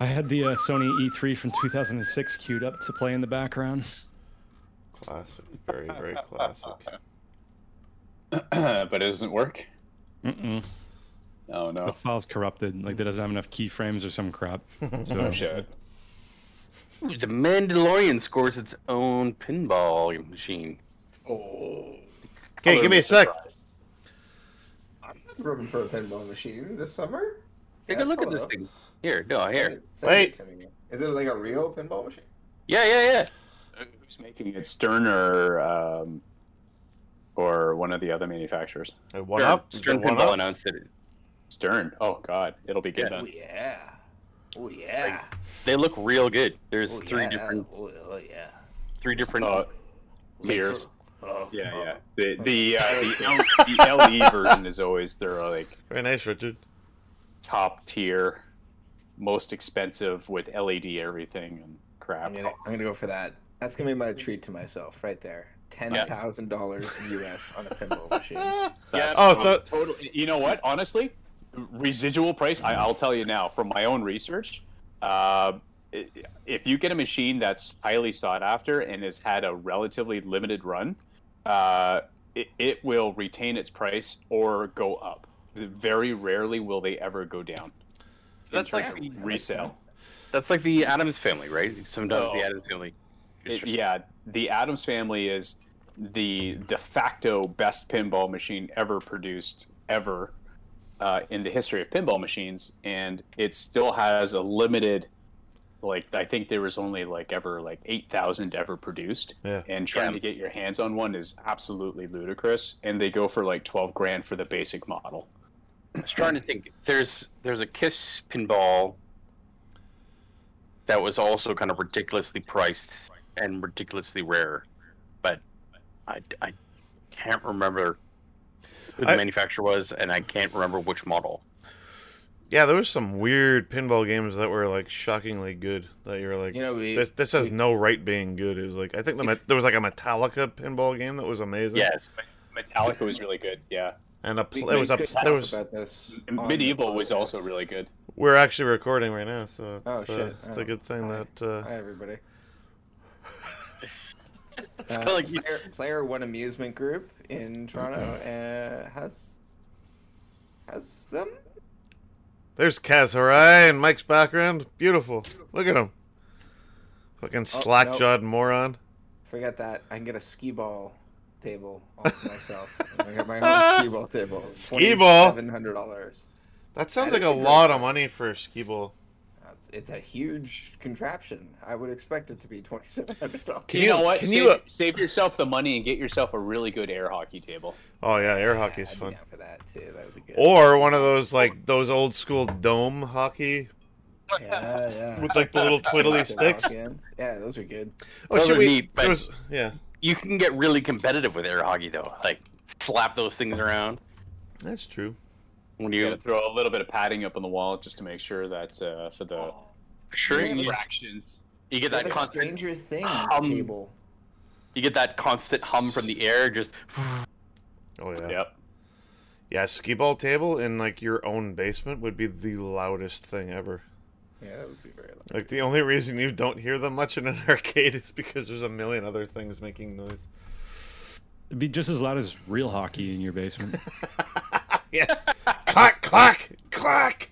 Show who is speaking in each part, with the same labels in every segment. Speaker 1: had the uh, Sony E3 from 2006 queued up to play in the background.
Speaker 2: Classic. Very, very classic.
Speaker 3: but it doesn't work.
Speaker 1: Mm-mm.
Speaker 3: Oh
Speaker 1: The
Speaker 3: no!
Speaker 1: file's corrupted. Like, that doesn't have enough keyframes or some crap. So,
Speaker 3: Oh shit!
Speaker 4: The Mandalorian scores its own pinball machine.
Speaker 3: Although
Speaker 5: Okay, give me a
Speaker 3: it's
Speaker 5: sec.
Speaker 3: surprise.
Speaker 6: I'm not rubbing for a pinball machine this summer.
Speaker 4: Take
Speaker 6: Yeah,
Speaker 4: a look at
Speaker 6: hold
Speaker 4: this
Speaker 6: up.
Speaker 4: thing. Here, no,
Speaker 6: Send
Speaker 4: here.
Speaker 6: it- send it
Speaker 5: Wait.
Speaker 6: to me. Is it like a real pinball machine?
Speaker 4: Yeah, yeah, yeah.
Speaker 3: Uh, Who's making it? Stern or um, or one of the other manufacturers?
Speaker 5: Uh, One
Speaker 4: Sure.
Speaker 5: up. Is
Speaker 4: Stern
Speaker 5: it one
Speaker 4: Pinball
Speaker 5: up?
Speaker 4: announced it.
Speaker 3: Stern. Oh god, it'll be good
Speaker 4: Yeah.
Speaker 3: then.
Speaker 6: yeah. Oh yeah.
Speaker 4: They look real good. There's
Speaker 6: Oh,
Speaker 4: three
Speaker 6: yeah.
Speaker 4: different,
Speaker 6: Oh, oh, yeah.
Speaker 4: three different.
Speaker 5: Uh,
Speaker 3: Oh,
Speaker 4: Mirrors.
Speaker 6: Oh,
Speaker 3: yeah,
Speaker 6: oh.
Speaker 3: yeah. The the uh, the, L, the LE version is always their like
Speaker 5: Very nice, Richard.
Speaker 3: top tier, most expensive with LED everything and crap.
Speaker 6: I'm gonna, I'm gonna go for that. That's gonna be my treat to myself right there. Ten thousand dollars US on a pinball machine.
Speaker 3: That's-
Speaker 5: Oh, so-
Speaker 3: totally. You know what? Honestly, residual price. I, I'll tell you now from my own research. Uh, i- if you get a machine that's highly sought after and has had a relatively limited run, uh, it, it will retain its price or go up. Very rarely will they ever go down.
Speaker 4: That's
Speaker 3: in
Speaker 4: like
Speaker 3: terms
Speaker 4: the,
Speaker 3: of resale.
Speaker 4: that's like the Adams family, right? Sometimes
Speaker 3: Oh.
Speaker 4: the Adams family. is
Speaker 3: It-
Speaker 4: just-
Speaker 3: yeah, the Adams Family is the de facto best pinball machine ever produced ever uh, in the history of pinball machines, and it still has a limited. Like I think there was only like ever like eight thousand ever produced,
Speaker 5: Yeah.
Speaker 3: and trying
Speaker 4: Yeah.
Speaker 3: to get your hands on one is absolutely ludicrous. And they go for like twelve grand for the basic model.
Speaker 4: I was trying to think. There's there's a Kiss pinball that was also kind of ridiculously priced and ridiculously rare, but I, I can't remember who the
Speaker 5: I-
Speaker 4: manufacturer was, and I can't remember which model.
Speaker 5: Yeah, there was some weird pinball games that were like shockingly good. That you were like,
Speaker 6: You know, we,
Speaker 5: this this has no right being good. It was like I think the Met- there was like a Metallica pinball game that was amazing.
Speaker 4: Yes,
Speaker 3: Metallica was really good, yeah.
Speaker 5: and a
Speaker 6: we,
Speaker 5: pl- it was a
Speaker 6: could
Speaker 5: pl- there
Speaker 6: talk
Speaker 5: was
Speaker 6: about this
Speaker 3: And
Speaker 6: on
Speaker 3: Medieval
Speaker 6: the
Speaker 3: was
Speaker 6: podcast.
Speaker 3: also really good.
Speaker 5: we're actually recording right now, so it's,
Speaker 6: Oh,
Speaker 5: uh,
Speaker 6: shit.
Speaker 5: it's
Speaker 6: Oh.
Speaker 5: a good thing
Speaker 6: Hi.
Speaker 5: that uh,
Speaker 6: Hi everybody.
Speaker 4: it's
Speaker 6: Uh,
Speaker 4: kinda like you-
Speaker 6: player, player One Amusement Group in Toronto uh, has has them.
Speaker 5: there's Kaz Harai and Mike's background. Beautiful. Look at him.
Speaker 6: Oh,
Speaker 5: Fucking slack jawed moron.
Speaker 6: Forget that. I can get a skee ball table all to myself. I got my own skee ball table.
Speaker 5: Skee ball?
Speaker 6: Seven hundred dollars.
Speaker 5: That sounds like
Speaker 6: That is
Speaker 5: a
Speaker 6: a great
Speaker 5: lot of money for a skee ball.
Speaker 6: It's, it's a huge contraption. I would expect it to be twenty seven hundred dollars.
Speaker 5: Can
Speaker 3: you, know what?
Speaker 5: Can
Speaker 3: save,
Speaker 5: you? uh,
Speaker 3: save yourself the money and get yourself a really good air hockey table.
Speaker 5: oh yeah, air hockey's
Speaker 6: I'd
Speaker 5: fun.
Speaker 6: Be down for that too. That would be good.
Speaker 5: Or one of those like those old school dome hockey
Speaker 6: yeah, yeah.
Speaker 5: with like the little twiddly
Speaker 6: Fucking
Speaker 5: sticks.
Speaker 6: Hawkins. Yeah, those are good.
Speaker 5: Oh,
Speaker 4: Those
Speaker 5: should
Speaker 4: are
Speaker 5: we?
Speaker 4: neat, but-
Speaker 5: there was- yeah,
Speaker 4: you can get really competitive with air hockey though. Like slap those things around
Speaker 5: that's true.
Speaker 4: when
Speaker 3: You
Speaker 4: you
Speaker 3: gotta throw a little bit of padding up on the wall just to make sure that uh, for the
Speaker 4: sure
Speaker 6: Yeah,
Speaker 4: you,
Speaker 6: but-
Speaker 3: fractions.
Speaker 4: you get
Speaker 6: What
Speaker 4: that
Speaker 6: a
Speaker 4: constant
Speaker 6: Stranger Things
Speaker 4: Um,
Speaker 6: table.
Speaker 4: you get that constant hum from the air. Just
Speaker 5: Oh yeah.
Speaker 3: Yep.
Speaker 5: Yeah, skee ball table in like your own basement would be the loudest thing ever.
Speaker 6: Yeah, that would be very. Loud.
Speaker 5: Like the only reason you don't hear them much in an arcade is because there's a million other things making noise.
Speaker 1: it'd be just as loud as real hockey in your basement.
Speaker 5: yeah. clack, clack, clack.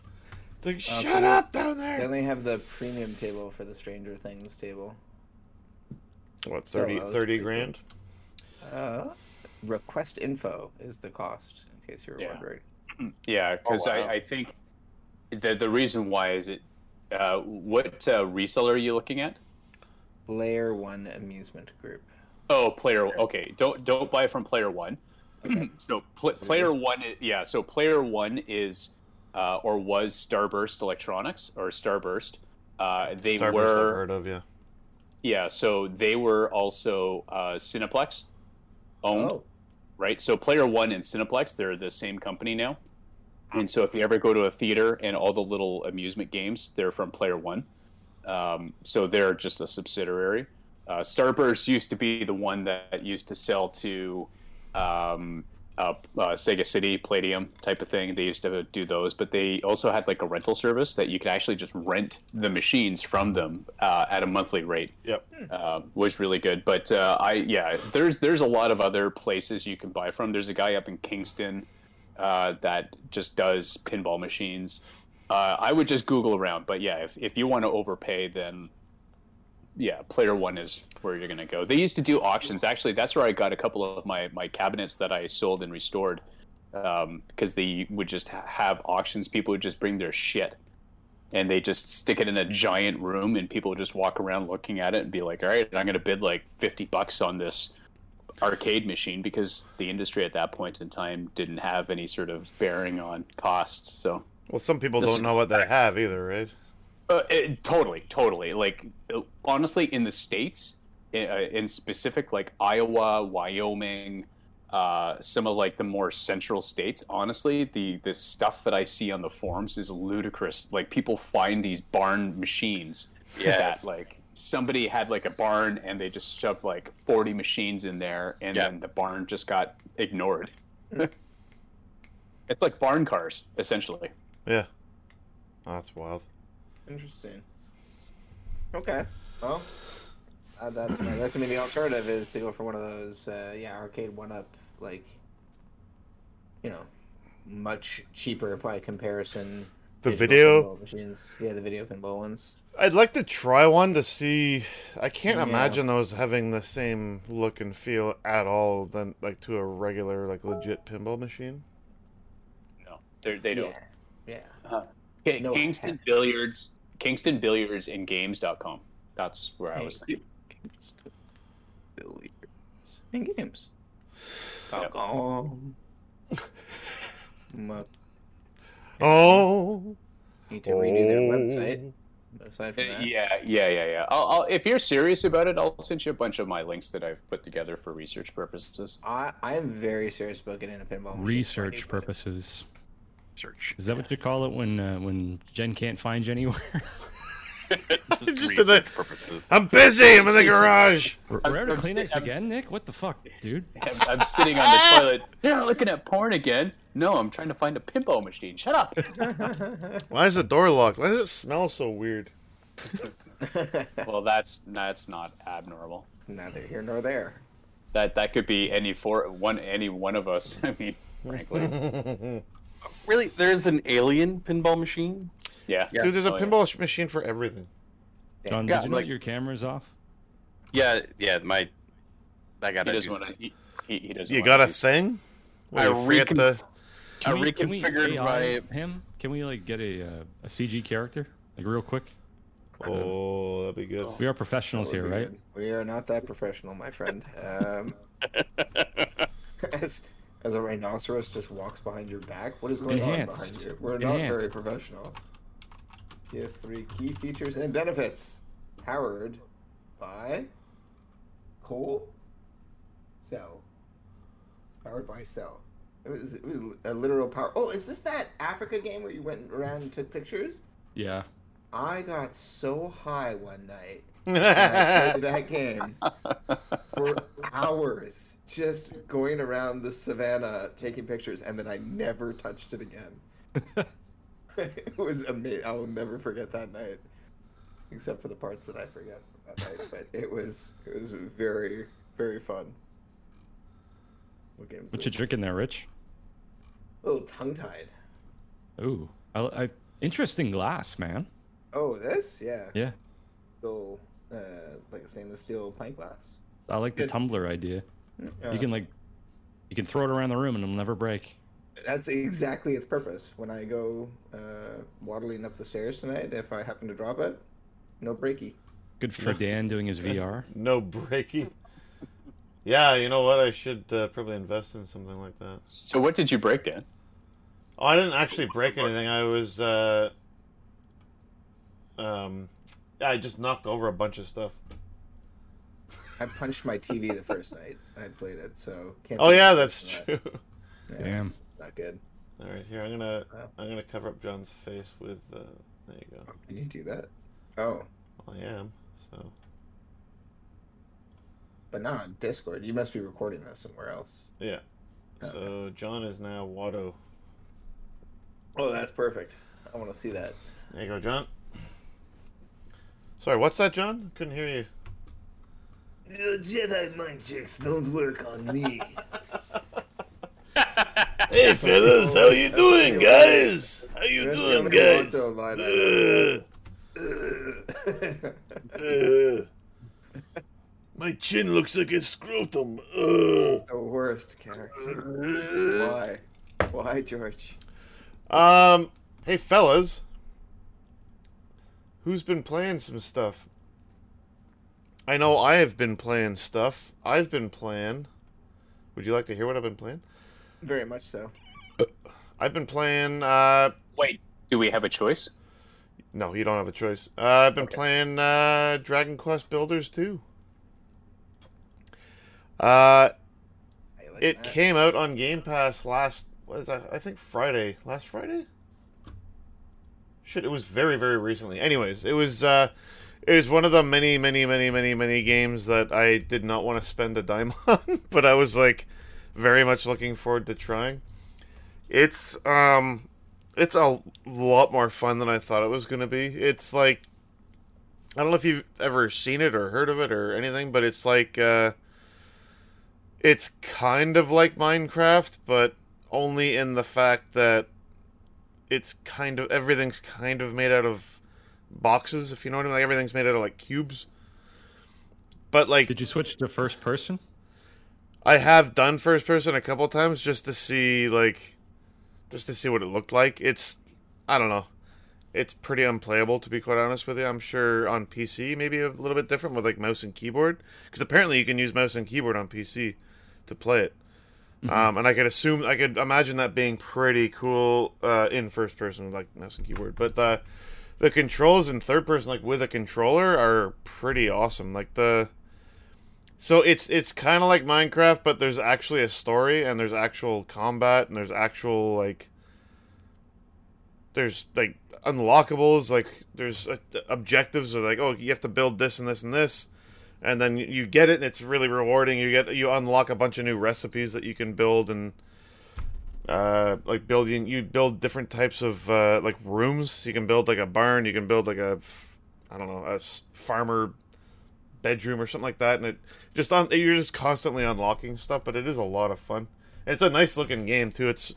Speaker 5: It's like shut
Speaker 6: cool.
Speaker 5: up down there.
Speaker 6: They only have the premium table for the Stranger Things table.
Speaker 5: What
Speaker 6: Still,
Speaker 5: 30,
Speaker 6: that was
Speaker 5: 30
Speaker 6: pretty
Speaker 5: grand?
Speaker 6: Uh, request info is the cost, in case you were
Speaker 3: Yeah.
Speaker 6: wondering.
Speaker 3: Yeah, because
Speaker 4: Oh, wow.
Speaker 3: I, I think the the reason why is it. Uh, what uh, reseller are you looking at?
Speaker 6: Layer One Amusement Group.
Speaker 3: Oh, player. Okay, don't don't buy from player one. so pl- player one, i- yeah. So player one is uh, or was Starburst Electronics or Starburst. Uh, they
Speaker 5: Starburst I've
Speaker 3: were
Speaker 5: heard of yeah.
Speaker 3: yeah. So they were also uh, Cineplex owned.
Speaker 5: Oh.
Speaker 3: right? So Player One and Cineplex, they're the same company now. And so if you ever go to a theater and all the little amusement games, they're from Player One. Um, so they're just a subsidiary. Uh, Starburst used to be the one that used to sell to um, uh, uh, Sega City, Palladium type of thing. They used to do those, but they also had like a rental service that you could actually just rent the machines from them uh, at a monthly rate.
Speaker 2: Yep.
Speaker 3: Uh, was really good, but uh, I yeah, there's there's a lot of other places you can buy from. There's a guy up in Kingston uh, that just does pinball machines. Uh, I would just Google around, but yeah, if if you want to overpay, then yeah, player one is where you're gonna go. They used to do auctions. Actually, that's where I got a couple of my my cabinets that I sold and restored, because they would just ha- have auctions. People would just bring their shit, and they just stick it in a giant room, and people would just walk around looking at it and be like, "All right, I'm gonna bid like fifty bucks on this." arcade machine because the industry at that point in time didn't have any sort of bearing on cost so
Speaker 5: Well, some people
Speaker 3: This-
Speaker 5: don't know what they have either, right?
Speaker 3: Uh, it, totally, totally. Like uh, honestly, in the states, in, uh, in specific, like Iowa, Wyoming, uh, some of like the more central states. Honestly, the the stuff that I see on the forums is ludicrous. Like people find these barn machines
Speaker 4: Yes.
Speaker 3: that like somebody had like a barn and they just shoved like forty machines in there, and
Speaker 4: Yeah.
Speaker 3: then the barn just got ignored.
Speaker 6: Hmm.
Speaker 3: it's like barn cars, essentially.
Speaker 5: Yeah. Oh, that's wild.
Speaker 6: Interesting. Okay. Well, uh, that's my, that's I mean the alternative is to go for one of those uh, yeah arcade one up like you know much cheaper by comparison.
Speaker 5: The
Speaker 6: digital
Speaker 5: video?
Speaker 6: pinball machines. Yeah, the video pinball ones.
Speaker 5: I'd like to try one to see. I can't
Speaker 6: Yeah.
Speaker 5: imagine those having the same look and feel at all than like to a regular like legit pinball machine.
Speaker 3: No, they're- they don't.
Speaker 6: Yeah. Yeah.
Speaker 3: Okay,
Speaker 6: No,
Speaker 3: Kingston
Speaker 6: heck.
Speaker 3: Billiards, Kingston Billiards and Games.com. That's where I was. Thinking.
Speaker 6: Billiards and games.
Speaker 3: Yep.
Speaker 6: Um, mu-
Speaker 5: Oh,
Speaker 6: need to redo their
Speaker 5: Oh.
Speaker 6: website. but Aside from
Speaker 3: Uh,
Speaker 6: that,
Speaker 3: Yeah, yeah, yeah, yeah. I'll, I'll, if you're serious about it, I'll send you a bunch of my links that I've put together for research purposes.
Speaker 6: I I am very serious about getting a pinball machine.
Speaker 1: Research purposes.
Speaker 4: Search.
Speaker 1: Is that what you call it when uh, when Jen can't find you anywhere?
Speaker 5: Just in the-
Speaker 4: Research purposes.
Speaker 5: I'm busy. I'm in the garage.
Speaker 1: We're we're out of
Speaker 3: I'm sti-
Speaker 1: Kleenex
Speaker 3: I'm
Speaker 1: again, Nick. What the fuck, dude?
Speaker 3: I'm, I'm sitting on the toilet. You're not looking at porn again. No, I'm trying to find a pinball machine. Shut up.
Speaker 5: Why is the door locked? Why does it smell so weird?
Speaker 3: well, that's that's not abnormal.
Speaker 6: Neither here nor there.
Speaker 3: That that could be any four one any one of us. I mean, frankly,
Speaker 4: Really, there's an alien pinball machine?
Speaker 3: yeah.
Speaker 4: Yeah.
Speaker 5: Dude, there's a
Speaker 3: Oh, yeah.
Speaker 5: pinball sh- machine for everything.
Speaker 1: John,
Speaker 4: Yeah,
Speaker 1: did you know
Speaker 4: like-
Speaker 1: your camera's off?
Speaker 4: Yeah, yeah. My, I
Speaker 3: He
Speaker 4: gotta.
Speaker 3: doesn't
Speaker 4: do-
Speaker 3: want to. He, he, he doesn't.
Speaker 5: You
Speaker 3: wanna
Speaker 5: got a
Speaker 3: do-
Speaker 5: thing? Where
Speaker 4: I
Speaker 5: you forget
Speaker 4: recon-
Speaker 5: the-
Speaker 4: I
Speaker 1: Can we, can we
Speaker 4: reconfigured
Speaker 1: AI
Speaker 4: my-
Speaker 1: him? Can we like get a uh, a CG character like real quick?
Speaker 5: Oh, that'd be good.
Speaker 1: We are professionals here, right?
Speaker 6: We are not that professional, my friend. Um, as as a rhinoceros just walks behind your back, what is going on behind
Speaker 1: Enhanced.
Speaker 6: you? We're not very
Speaker 1: Enhanced.
Speaker 6: professional. PS3 key features and benefits, powered by coal cell. Powered by cell. It was it was a literal power. Oh, is this that Africa game where you went around and took pictures?
Speaker 1: Yeah.
Speaker 6: I got so high one night I
Speaker 5: yeah,
Speaker 6: played that game for hours, just going around the savannah taking pictures, and then I never touched it again. it was amazing. I will never forget that night, except for the parts that I forget from that night. But it was it was very very fun. What game is Oh,
Speaker 1: What you
Speaker 6: this?
Speaker 1: drinking there, Rich?
Speaker 6: A little tongue tied.
Speaker 1: Ooh, I, I, interesting glass, man.
Speaker 6: Oh, this yeah.
Speaker 1: Yeah,
Speaker 6: Little uh, like a stainless steel pint glass.
Speaker 1: I like the
Speaker 6: Good.
Speaker 1: tumbler idea.
Speaker 6: Uh,
Speaker 1: You can like, you can throw it around the room and it'll never break.
Speaker 6: That's exactly its purpose. When I go uh, waddling up the stairs tonight, if I happen to drop it, no breaky.
Speaker 1: Good for Dan doing his VR.
Speaker 5: no breaky. Yeah, you know what? I should uh, probably invest in something like that.
Speaker 3: So what did you break, Dan?
Speaker 5: Oh, I didn't actually break anything. I was, uh, um, I just knocked over a bunch of stuff.
Speaker 6: I punched my TV the first night I played it, so can't.
Speaker 5: Oh
Speaker 6: be-
Speaker 5: yeah, that's
Speaker 6: Yeah,
Speaker 5: true.
Speaker 6: yeah,
Speaker 1: Damn.
Speaker 6: it's Not good.
Speaker 5: All right, here I'm gonna,
Speaker 6: Wow.
Speaker 5: I'm gonna cover up John's face with. Uh, there you go.
Speaker 6: Can you do that? Oh,
Speaker 5: Well, I am. So
Speaker 6: but not on Discord. You must be recording this somewhere else.
Speaker 5: yeah.
Speaker 2: So John is now Watto.
Speaker 6: Oh, that's perfect. I want to see that.
Speaker 2: There you go, John.
Speaker 5: Sorry, what's that, John? Couldn't hear you.
Speaker 6: Your Jedi mind tricks don't work on me.
Speaker 5: Hey fellas, how you doing, guys? How you
Speaker 6: That's
Speaker 5: doing,
Speaker 6: the only
Speaker 5: guys?
Speaker 6: Watto line
Speaker 5: Ugh,
Speaker 6: the
Speaker 5: ugh. Uh, My chin looks like a scrotum. Uh. Ugh.
Speaker 6: worst character. Why? Why, George?
Speaker 5: Um, hey fellas, who's been playing some stuff? I know I have been playing stuff. I've been playing. Would you like to hear what I've been playing?
Speaker 6: Very much so.
Speaker 5: I've been playing. Uh,
Speaker 3: Wait, do we have a choice?
Speaker 5: no, you don't have a choice. Uh, I've been playing uh, Dragon Quest Builders too. Uh,
Speaker 6: I like
Speaker 5: it
Speaker 6: that.
Speaker 5: came out on Game Pass last. What is that? I think Friday. Last Friday. Shit, it was very, very recently. Anyways, it was. uh it was one of the many, many, many, many, many games that I did not want to spend a dime on, but I was like very much looking forward to trying. It's um it's a lot more fun than I thought it was gonna be. It's like I don't know if you've ever seen it or heard of it or anything, but it's like uh it's kind of like Minecraft, but only in the fact that it's kind of everything's kind of made out of boxes, if you know what I mean. Like everything's made out of like cubes. But like
Speaker 1: Did you switch to first person?
Speaker 5: I have done first person a couple times just to see like just to see what it looked like. It's I don't know. It's pretty unplayable to be quite honest with you. I'm sure on PC maybe a little bit different with like mouse and keyboard because apparently you can use mouse and keyboard on PC to play it. Um, and I could assume I could imagine that being pretty cool uh, in first person with like mouse and keyboard. But the the controls in third person like with a controller are pretty awesome. Like the so it's it's kind of like Minecraft, but there's actually a story and there's actual combat and there's actual like there's like unlockables like there's uh, objectives of like oh you have to build this and this and this and then you- you get it and it's really rewarding you get you unlock a bunch of new recipes that you can build and uh like building you build different types of uh like rooms you can build like a barn you can build like a f- i don't know a s- farmer bedroom or something like that and it just on you're just constantly unlocking stuff but it is a lot of fun And it's a nice looking game too it's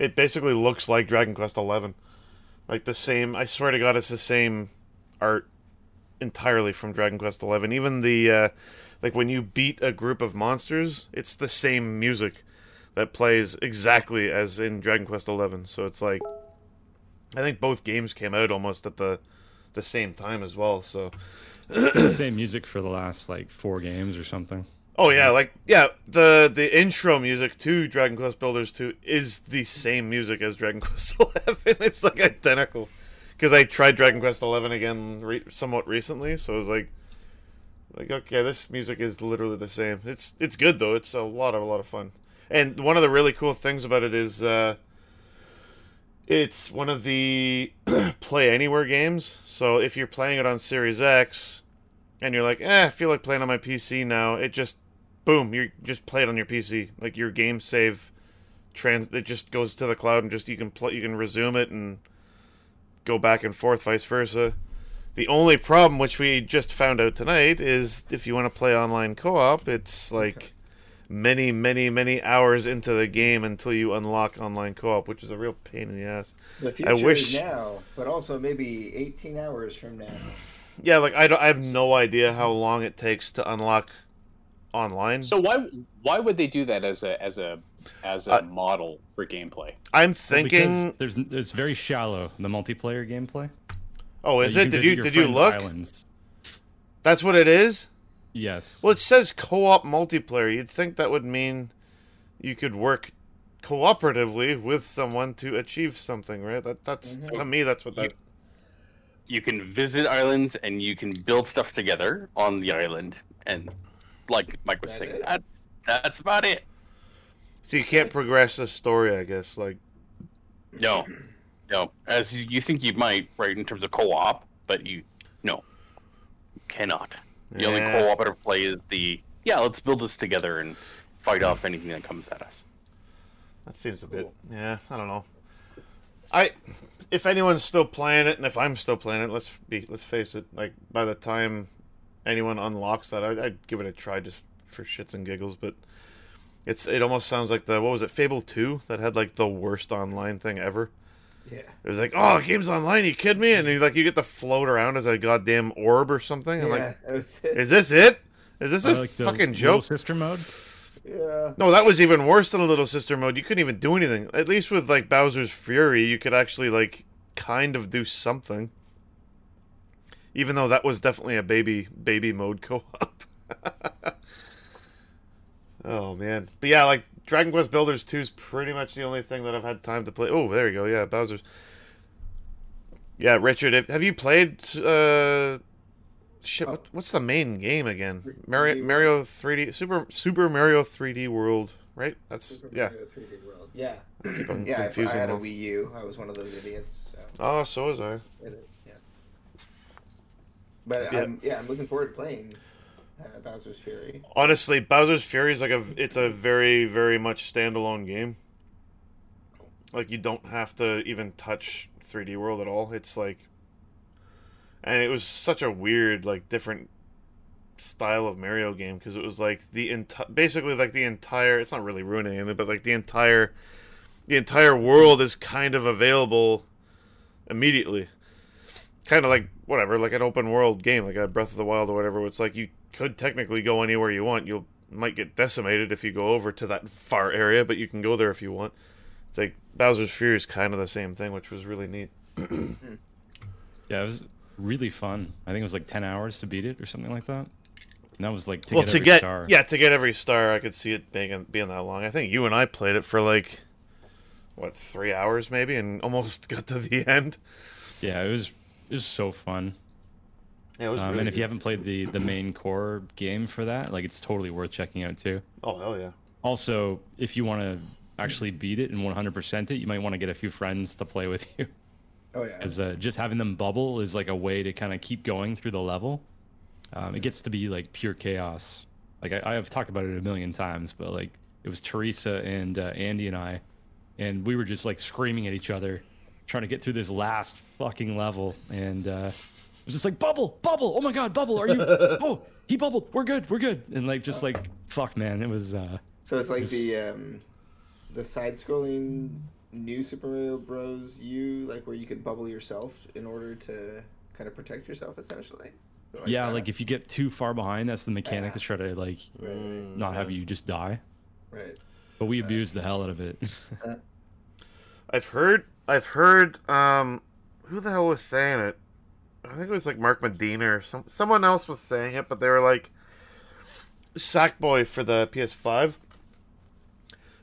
Speaker 5: it basically looks like dragon quest 11 like the same i swear to god it's the same art entirely from dragon quest 11 even the uh like when you beat a group of monsters it's the same music that plays exactly as in dragon quest 11 so it's like i think both games came out almost at the the same time as well so
Speaker 1: the same music for the last like four games or something.
Speaker 5: Oh yeah, like yeah, the the intro music to Dragon Quest Builders 2 is the same music as Dragon Quest 11. It's like identical. Cuz I tried Dragon Quest 11 again re- somewhat recently, so it was like like okay, this music is literally the same. It's it's good though. It's a lot of a lot of fun. And one of the really cool things about it is uh it's one of the play anywhere games. So if you're playing it on Series X, and you're like, eh, I feel like playing on my PC now. It just, boom, you just play it on your PC. Like your game save, trans, it just goes to the cloud and just you can play, you can resume it and go back and forth, vice versa. The only problem, which we just found out tonight, is if you want to play online co-op, it's like many, many, many hours into the game until you unlock online co-op, which is a real pain in the ass.
Speaker 6: The future
Speaker 5: wish-
Speaker 6: is now, but also maybe 18 hours from now.
Speaker 5: Yeah, like I, don't- I have no idea how long it takes to unlock online.
Speaker 3: So why why would they do that as a as a as
Speaker 5: Uh,
Speaker 3: a model for gameplay?
Speaker 5: I'm
Speaker 1: Well, because
Speaker 5: thinking.
Speaker 1: there's it's very shallow the multiplayer gameplay.
Speaker 5: oh, is
Speaker 1: Like,
Speaker 5: it?
Speaker 1: can
Speaker 5: Did you
Speaker 1: visit your friend's
Speaker 5: did you look?
Speaker 1: Islands.
Speaker 5: That's what it is.
Speaker 1: Yes.
Speaker 5: Well, it says co-op multiplayer. You'd think that would mean you could work cooperatively with someone to achieve something, right? That that's to me. That's what that.
Speaker 4: You can visit islands and you can build stuff together on the island. And like Mike was
Speaker 6: That
Speaker 4: saying,
Speaker 6: it.
Speaker 4: that's that's about it.
Speaker 5: So you can't progress the story, I guess. Like,
Speaker 4: No, no. As you- you think you might, right, in terms of co-op, but you no, you cannot. The only
Speaker 5: Yeah.
Speaker 4: cooperative play is the yeah, let's build this together and fight off anything that comes at us.
Speaker 5: That seems a bit. Yeah, I don't know. I, if anyone's still playing it, and if I'm still playing it, let's be let's face it. Like by the time anyone unlocks that, I, I'd give it a try just for shits and giggles. But it's it almost sounds like the what was it Fable Two that had like the worst online thing ever.
Speaker 6: Yeah.
Speaker 5: It was like, oh, game's online. You kidding me? And you, like you get to float around as a goddamn orb or something. I'm
Speaker 6: yeah.
Speaker 5: like,
Speaker 6: it was it.
Speaker 5: is this it? Is this
Speaker 1: I
Speaker 5: a
Speaker 1: like the
Speaker 5: fucking
Speaker 1: little
Speaker 5: joke?
Speaker 1: Sister mode.
Speaker 6: Yeah.
Speaker 5: No, that was even worse than a little sister mode. You couldn't even do anything. At least with like Bowser's Fury, you could actually like kind of do something. Even though that was definitely a baby baby mode co-op. oh man. But yeah, like Dragon Quest Builders 2 is pretty much the only thing that I've had time to play. Oh, there you go. Yeah, Bowser's Yeah, Richard, if, have you played uh shit, what, what's the main game again? Mario Mario 3D Super Super Mario 3D World, right? That's
Speaker 6: Super
Speaker 5: yeah.
Speaker 6: Mario 3D World. Yeah.
Speaker 5: I'm
Speaker 6: yeah. I- I,
Speaker 5: confusing
Speaker 6: had a
Speaker 5: them.
Speaker 6: Wii U. I was one of those idiots. So.
Speaker 5: Oh, so was I.
Speaker 6: It- yeah. But
Speaker 5: Yeah.
Speaker 6: I'm, yeah, I'm looking forward to playing uh, Bowser's Fury.
Speaker 5: Honestly, Bowser's Fury is like a it's a very very much standalone game. Like you don't have to even touch 3D World at all. It's like and it was such a weird like different style of Mario game because it was like the entire basically like the entire it's not really ruining it but like the entire the entire world is kind of available immediately. Kind of like whatever, like an open world game, like a Breath of the Wild or whatever. It's like you could technically go anywhere you want. You'll might get decimated if you go over to that far area, but you can go there if you want. It's like Bowser's Fury is kind of the same thing, which was really neat.
Speaker 1: Yeah, it was really fun. I think it was like ten hours to beat it or something like that. And that was like to
Speaker 5: well,
Speaker 1: get
Speaker 5: to
Speaker 1: every
Speaker 5: get
Speaker 1: star.
Speaker 5: yeah, to get every star, I could see it being being that long. I think you and I played it for like what three hours maybe, and almost got to the end.
Speaker 1: yeah, it was it was so fun.
Speaker 5: Yeah, it was
Speaker 1: Um, and if you haven't played the the main core game for that, like it's totally worth checking out too.
Speaker 5: oh hell yeah,
Speaker 1: Also, if you want to actually beat it and 100% it, you might want to get a few friends to play with you.
Speaker 6: Oh yeah.
Speaker 1: As uh, just having them bubble is like a way to kind of keep going through the level. Um, it gets to be like pure chaos. Like I, I have talked about it a million times, but like it was Teresa and uh, Andy and I, and we were just like screaming at each other, trying to get through this last fucking level. And uh, it was just like bubble, bubble. Oh my god, bubble. Are you? oh, he bubbled. We're good. We're good. And like just like fuck, man. It was. uh
Speaker 6: So it's like the um, the side-scrolling new Super Mario Bros. U, like where you could bubble yourself in order to kind of protect yourself, essentially.
Speaker 1: yeah
Speaker 6: that?
Speaker 1: like if you get too far behind that's the mechanic
Speaker 6: Yeah.
Speaker 1: to try to like
Speaker 6: Right, right,
Speaker 1: not have you just die
Speaker 6: right.
Speaker 1: but we abused the hell out of it
Speaker 5: I've heard I've heard um who the hell was saying it? I think it was like Mark Medina or some someone else was saying it, but they were like Sackboy for the PS5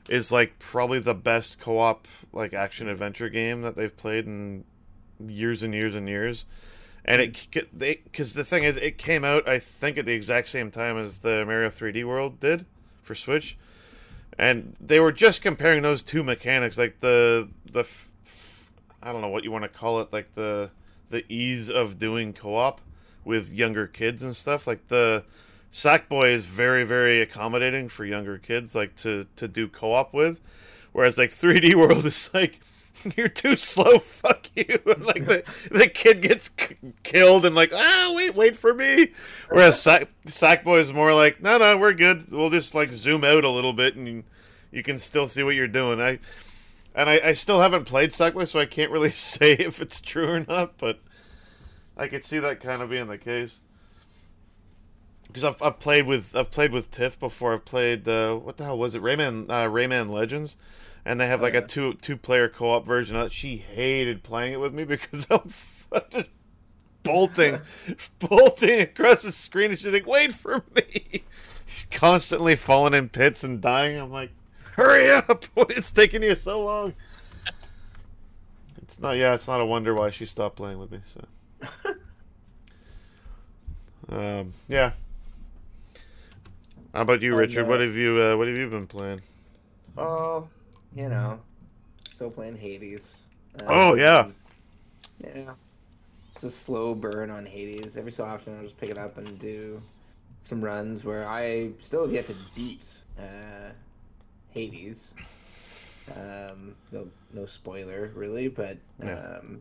Speaker 5: is like probably the best co-op like action adventure game that they've played in years and years and years. And it c- c- they cuz the thing is it came out I think at the exact same time as the Mario 3D World did for Switch and they were just comparing those two mechanics like the the f- f- i don't know what you want to call it like the the ease of doing co-op with younger kids and stuff like the sackboy is very very accommodating for younger kids like to to do co-op with whereas like 3d world is like you're too slow fuck you and like the, the kid gets k- killed and like ah wait wait for me Whereas Sack Sackboy is more like, no, no, we're good. We'll just like zoom out a little bit, and you, you can still see what you're doing. I and I, I still haven't played Sackboy, so I can't really say if it's true or not. But I could see that kind of being the case because I've, I've played with I've played with Tiff before. I've played uh, what the hell was it Rayman uh, Rayman Legends, and they have like a two two player co op version. of it. She hated playing it with me because I'm just bolting bolting across the screen, and she's like, "Wait for me!" She's constantly falling in pits and dying. I'm like, "Hurry up! It's taking you so long." It's not. Yeah, it's not a wonder why she stopped playing with me. So. Um, yeah. How about you,
Speaker 6: And,
Speaker 5: Richard?
Speaker 6: uh,
Speaker 5: what have you uh, What have you been playing?
Speaker 6: Oh, you know, still playing Hades. Um,
Speaker 5: Oh, yeah.
Speaker 6: Yeah. It's a slow burn on Hades. Every so often, I'll just pick it up and do some runs where I still have yet to beat uh, Hades. Um, no, no spoiler really, but
Speaker 5: Yeah.
Speaker 6: um,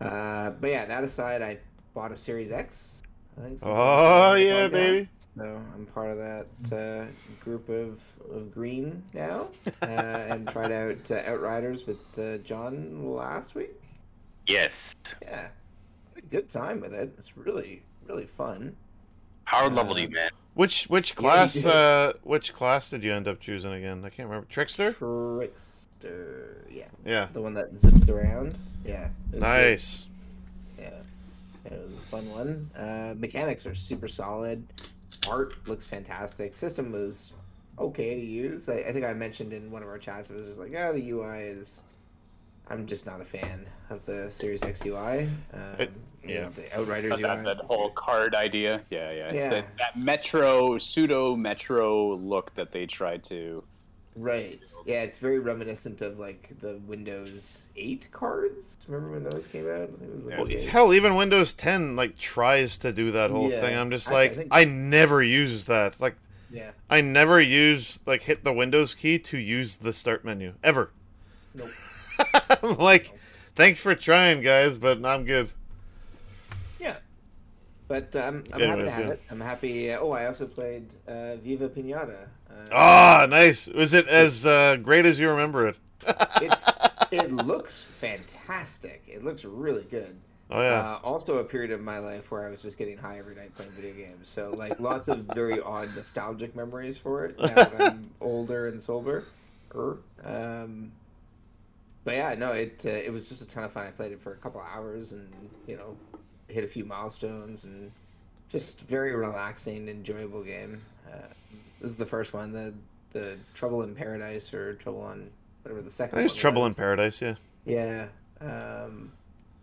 Speaker 6: uh, but yeah. That aside, I bought a Series X. I think something
Speaker 5: Oh
Speaker 6: like
Speaker 5: yeah,
Speaker 6: that.
Speaker 5: baby.
Speaker 6: So I'm part of that uh, group of, of green now, uh, and tried out uh, Outriders with uh, John last week.
Speaker 4: Yes.
Speaker 6: Yeah, had a good time with it. It's really really fun.
Speaker 4: Power
Speaker 6: Uh,
Speaker 4: level you, man.
Speaker 5: Which which
Speaker 6: Yeah, you
Speaker 5: class?
Speaker 6: did.
Speaker 5: uh, which class did you end up choosing again? I can't remember. Trickster.
Speaker 6: Trickster, yeah,
Speaker 5: Yeah.
Speaker 6: the one that zips around. Yeah, it was good.
Speaker 5: Nice.
Speaker 6: Yeah, it was a fun one. Uh, mechanics are super solid. Art looks fantastic. System was okay to use. I, I think I mentioned in one of our chats. It was just like, oh, the UI is. I'm just not a fan of the Series X UI. Um,
Speaker 5: It-
Speaker 6: you know,
Speaker 5: yeah.
Speaker 6: the Outriders
Speaker 3: That,
Speaker 6: UI.
Speaker 3: that, that whole card idea. Yeah, yeah. It's
Speaker 6: Yeah.
Speaker 3: that, that metro, pseudo metro look that they tried to.
Speaker 6: Right. Yeah, it's very reminiscent of like the Windows 8 cards. Remember when those came out? I think it was
Speaker 5: Well,
Speaker 6: Windows 8.
Speaker 5: hell, even Windows 10 like tries to do that whole
Speaker 6: Yeah,
Speaker 5: thing. I'm just
Speaker 6: I- I
Speaker 5: like, I,
Speaker 6: think-
Speaker 5: never use that. Like,
Speaker 6: Yeah.
Speaker 5: I never use like hit the Windows key to use the start menu ever.
Speaker 6: Nope.
Speaker 5: I'm like, thanks for trying, guys, but I'm good.
Speaker 6: Yeah. But um, I'm happy to
Speaker 5: Anyways,
Speaker 6: have
Speaker 5: yeah.
Speaker 6: it. I'm happy. Uh, oh, I also played uh, Viva Pinata. Uh,
Speaker 5: Ah, nice. Was it as uh, great as you remember it?
Speaker 6: It's it looks fantastic. It looks really good.
Speaker 5: Oh yeah.
Speaker 6: Uh, also, a period of my life where I was just getting high every night playing video games. So, like, lots of very odd nostalgic memories for it now that I'm older and sober. Um, but yeah, no, it uh, it was just a ton of fun. I played it for a couple hours and you know hit a few milestones and just very relaxing, enjoyable game. Uh, this is the first one, the the Trouble in Paradise or Trouble on whatever the
Speaker 5: I
Speaker 6: second.
Speaker 5: think it's
Speaker 6: one
Speaker 5: Trouble in
Speaker 6: was.
Speaker 5: Paradise. Yeah.
Speaker 6: Yeah. Um,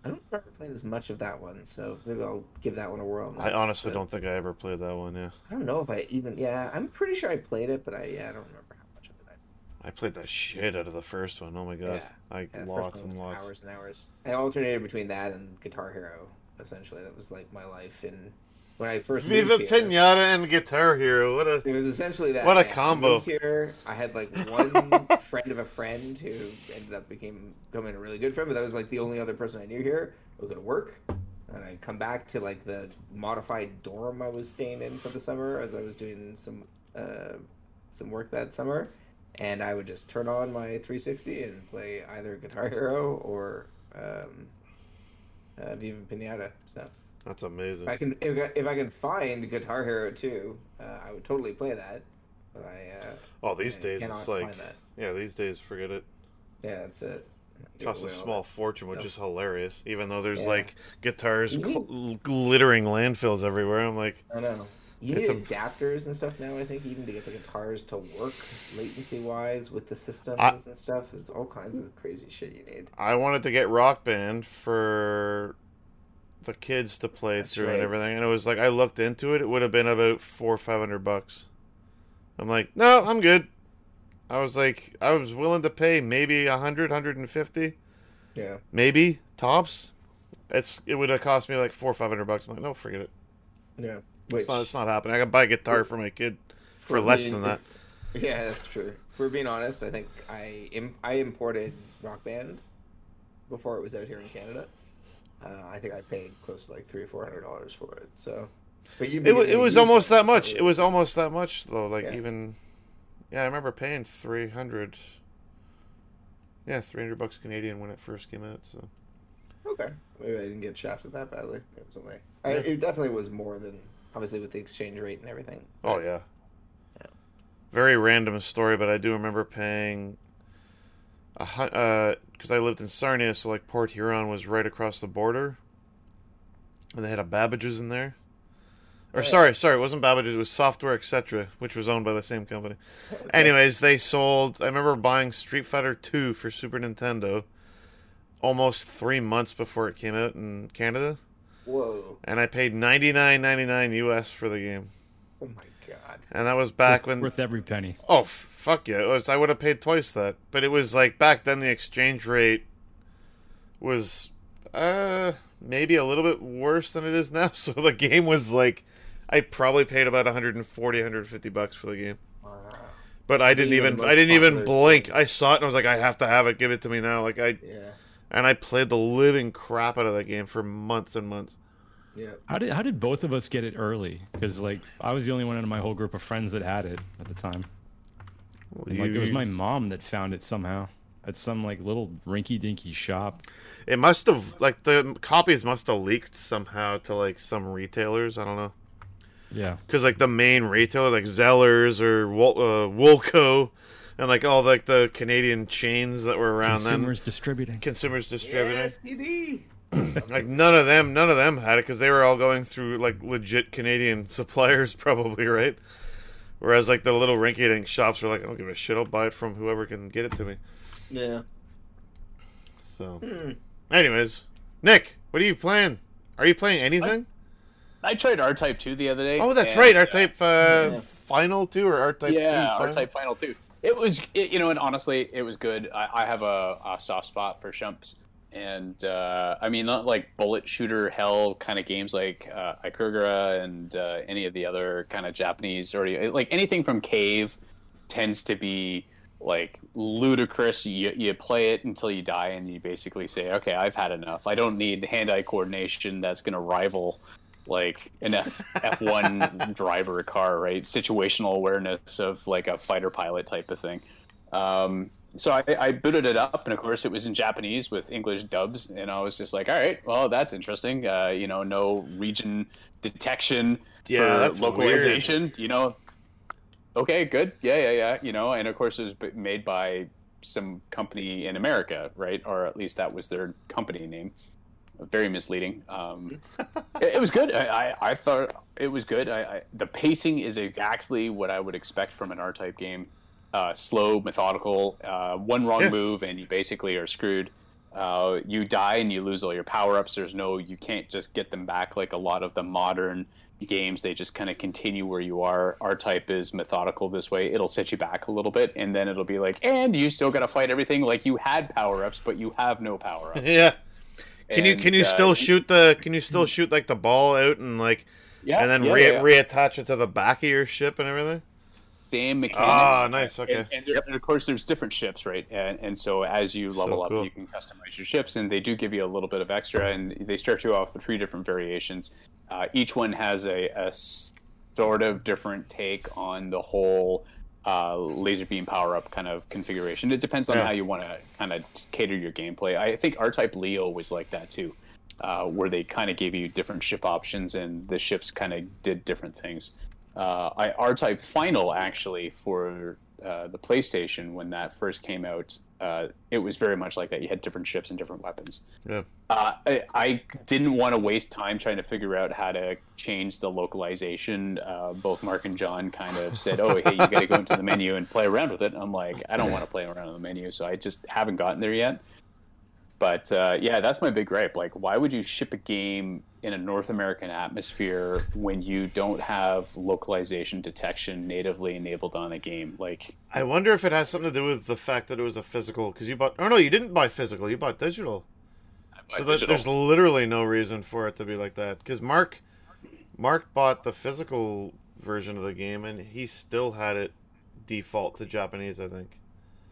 Speaker 6: I don't remember playing as much of that one, so maybe I'll give that one a whirl.
Speaker 5: I
Speaker 6: next,
Speaker 5: honestly
Speaker 6: but
Speaker 5: don't think I ever played that one. Yeah.
Speaker 6: I don't know if I even. Yeah, I'm pretty sure I played it, but I yeah, I don't remember how much of it. I
Speaker 5: I played the shit out of the first one. Oh my god.
Speaker 6: Yeah.
Speaker 5: Like
Speaker 6: yeah, the first
Speaker 5: lots
Speaker 6: one
Speaker 5: and
Speaker 6: was
Speaker 5: lots.
Speaker 6: Hours and hours. I alternated between that and Guitar Hero. Essentially, that was like my life in when I first.
Speaker 5: Viva
Speaker 6: moved here,
Speaker 5: Pinata and Guitar Hero. What a
Speaker 6: It was essentially that.
Speaker 5: What a
Speaker 6: yeah. I
Speaker 5: combo.
Speaker 6: moved Here, I had like one friend of a friend who ended up became becoming a really good friend, but that was like the only other person I knew here. I would go to work, and I'd come back to like the modified dorm I was staying in for the summer as I was doing some uh, some work that summer, and I would just turn on my 360 and play either Guitar Hero or um, uh, Viva Pinata. So.
Speaker 5: That's amazing.
Speaker 6: If I can, if I, if I can find Guitar Hero 2, uh, I would totally play that. But I, uh,
Speaker 5: Oh, these
Speaker 6: I
Speaker 5: days
Speaker 6: cannot
Speaker 5: it's
Speaker 6: find
Speaker 5: like
Speaker 6: that.
Speaker 5: yeah, these days forget it.
Speaker 6: yeah, that's it. It
Speaker 5: Costs a
Speaker 6: will.
Speaker 5: small fortune, which
Speaker 6: Yep.
Speaker 5: is hilarious. Even though there's
Speaker 6: Yeah.
Speaker 5: like guitars gl- glittering landfills everywhere, I'm like,
Speaker 6: I know. You need
Speaker 5: It's a-
Speaker 6: adapters and stuff now. I think even to get the guitars to work latency wise with the systems
Speaker 5: I-
Speaker 6: and stuff. It's all kinds of crazy shit you need.
Speaker 5: I wanted to get Rock Band for the kids to play
Speaker 6: That's
Speaker 5: through
Speaker 6: right.
Speaker 5: and everything, and it was like I looked into it. It would have been about four or five hundred bucks. I'm like, no, I'm good. I was like, I was willing to pay maybe a hundred, hundred and fifty.
Speaker 6: Yeah.
Speaker 5: maybe tops. It's it would have cost me like four or five hundred bucks. I'm like, no, forget it.
Speaker 6: Yeah.
Speaker 5: It's not, it's not happening. I can buy a guitar for my kid for,
Speaker 6: For
Speaker 5: less
Speaker 6: me,
Speaker 5: than that.
Speaker 6: Yeah, that's true. If we're being honest, I think I Im- I imported Rock Band before it was out here in Canada. Uh, I think I paid close to like three or four hundred dollars for it. So, but you
Speaker 5: It, wa- it was almost that much. It
Speaker 6: was
Speaker 5: was almost that much though. Like
Speaker 6: Yeah.
Speaker 5: even, yeah, I remember paying three hundred. Yeah, three hundred bucks Canadian when it first came out. So
Speaker 6: okay. Maybe I didn't get shafted that badly. It was only I,
Speaker 5: Yeah.
Speaker 6: it definitely was more than obviously with the exchange rate and everything.
Speaker 5: oh yeah, very random story, but I do remember paying. A hun- uh, because I lived in Sarnia, so like Port Huron was right across the border, and they had a Babbage's in there. Or
Speaker 6: Oh, yeah.
Speaker 5: sorry, sorry, it wasn't Babbage. It was Software Etc., which was owned by the same company. Anyways, they sold. I remember buying Street Fighter Two for Super Nintendo, almost three months before it came out in Canada,
Speaker 6: Whoa!
Speaker 5: and I paid ninety nine ninety nine US for the game,
Speaker 6: Oh my god!
Speaker 5: and that was back
Speaker 1: worth,
Speaker 5: when.
Speaker 1: worth every penny.
Speaker 5: Oh f- fuck yeah! It was, I would have paid twice that, but it was like back then the exchange rate was uh maybe a little bit worse than it is now. So the game was like, I probably paid about 140, 150 bucks for the game.
Speaker 6: Wow.
Speaker 5: But I didn't
Speaker 6: Even
Speaker 5: even
Speaker 6: the
Speaker 5: I didn't
Speaker 6: most
Speaker 5: even
Speaker 6: popular-
Speaker 5: blink. I saw it and I was like, I have to have it. Give it to me now. Like I
Speaker 6: Yeah.
Speaker 5: and I played the living crap out of that game for months and months.
Speaker 6: Yeah.
Speaker 1: How did how did both of us get it early? Because like I was the only one out of my whole group of friends that had it at the time. And, like it was
Speaker 5: You-
Speaker 1: my mom that found it somehow at some like little rinky dinky shop.
Speaker 5: It must have like the copies must have leaked somehow to like some retailers. I don't know
Speaker 1: Yeah,
Speaker 5: because like the main retailer like Zellers or Wol- uh, Woolco and like all like the Canadian chains that were around
Speaker 1: consumers
Speaker 5: then.
Speaker 1: distributing.
Speaker 5: Consumers Distributor.
Speaker 6: Yes, CD.
Speaker 5: Like none of them, none of them had it because they were all going through like legit Canadian suppliers, probably right. Whereas like the little rinky-dink shops were like, I don't give a shit, I'll buy it from whoever can get it to me.
Speaker 6: Yeah.
Speaker 5: So,
Speaker 6: Hmm.
Speaker 5: anyways, Nick, what are you playing? Are you playing anything?
Speaker 3: I tried R Type Two the other day.
Speaker 5: Oh, that's
Speaker 3: and,
Speaker 5: right,
Speaker 3: uh,
Speaker 5: R Type uh,
Speaker 6: yeah.
Speaker 5: Final Two or R Type Two?
Speaker 3: yeah,
Speaker 5: Final?
Speaker 3: R Type Final Two. It was, it, you know, and honestly, it was good. I, I have a, a soft spot for Shumps, and uh, I mean, not like bullet shooter hell kind of games like uh, Ikugura and uh, any of the other kind of Japanese or like anything from Cave tends to be like ludicrous. You, you play it until you die, and you basically say, "Okay, I've had enough. I don't need hand-eye coordination that's going to rival like an F F one driver car, right? Situational awareness of like a fighter pilot type of thing." Um, so I, I booted it up, and of course it was in Japanese with English dubs, and I was just like, "All right, well that's interesting. Uh, you know, no region detection
Speaker 5: Yeah,
Speaker 3: for
Speaker 5: that's weird.
Speaker 3: localization. You know, okay, good, yeah, yeah, yeah. You know, and of course it was b- made by some company in America, right? Or at least that was their company name. Very misleading. Um, it, it was good. I, I, I thought it was good. I, I, the pacing is exactly what I would expect from an R-type game. Uh, slow, methodical. Uh, one wrong
Speaker 5: Yeah.
Speaker 3: move, and you basically are screwed. Uh, you die and you lose all your power-ups. There's no, you can't just get them back like a lot of the modern games they just kind of continue where you are our type is methodical this way it'll set you back a little bit and then it'll be like and you still got to fight everything like you had power-ups but you have no power-up
Speaker 5: Yeah. Can you
Speaker 3: And,
Speaker 5: can you
Speaker 3: uh,
Speaker 5: still shoot the can you still shoot like the ball out and like
Speaker 3: yeah,
Speaker 5: and then
Speaker 3: yeah,
Speaker 5: re-
Speaker 3: yeah.
Speaker 5: reattach it to the back of your ship and everything?
Speaker 3: same mechanics
Speaker 5: Ah, nice. Okay.
Speaker 3: And, and, there- and of course, there's different ships, right? And, and so as you
Speaker 5: So
Speaker 3: level up,
Speaker 5: cool.
Speaker 3: you can customize your ships, and they do give you a little bit of extra. And they start you off with three different variations. Uh, each one has a, a s- sort of different take on the whole uh, laser beam power up kind of configuration. It depends on
Speaker 5: Yeah.
Speaker 3: how you want to kind of cater your gameplay. I think R Type Leo was like that too. Uh, where they kind of gave you different ship options and the ships kind of did different things uh, I R Type Final actually for uh, the PlayStation when that first came out. Uh, it was very much like that. You had different ships and different weapons.
Speaker 5: Yeah.
Speaker 3: Uh, I, I didn't want to waste time trying to figure out how to change the localization. Uh, both Mark and John kind of said, "Oh, hey, you got to go into the menu and play around with it." I'm like, I don't want to play around on the menu, so I just haven't gotten there yet. But uh, yeah, that's my big gripe. Like, why would you ship a game in a North American atmosphere when you don't have localization detection natively enabled on a game? Like,
Speaker 5: I wonder if it has something to do with the fact that it was a physical. Because you bought. Oh no, you didn't buy physical. You bought digital. So that,
Speaker 3: digital.
Speaker 5: there's literally no reason for it to be like that. Because Mark, Mark bought the physical version of the game, and he still had it default to Japanese. I think.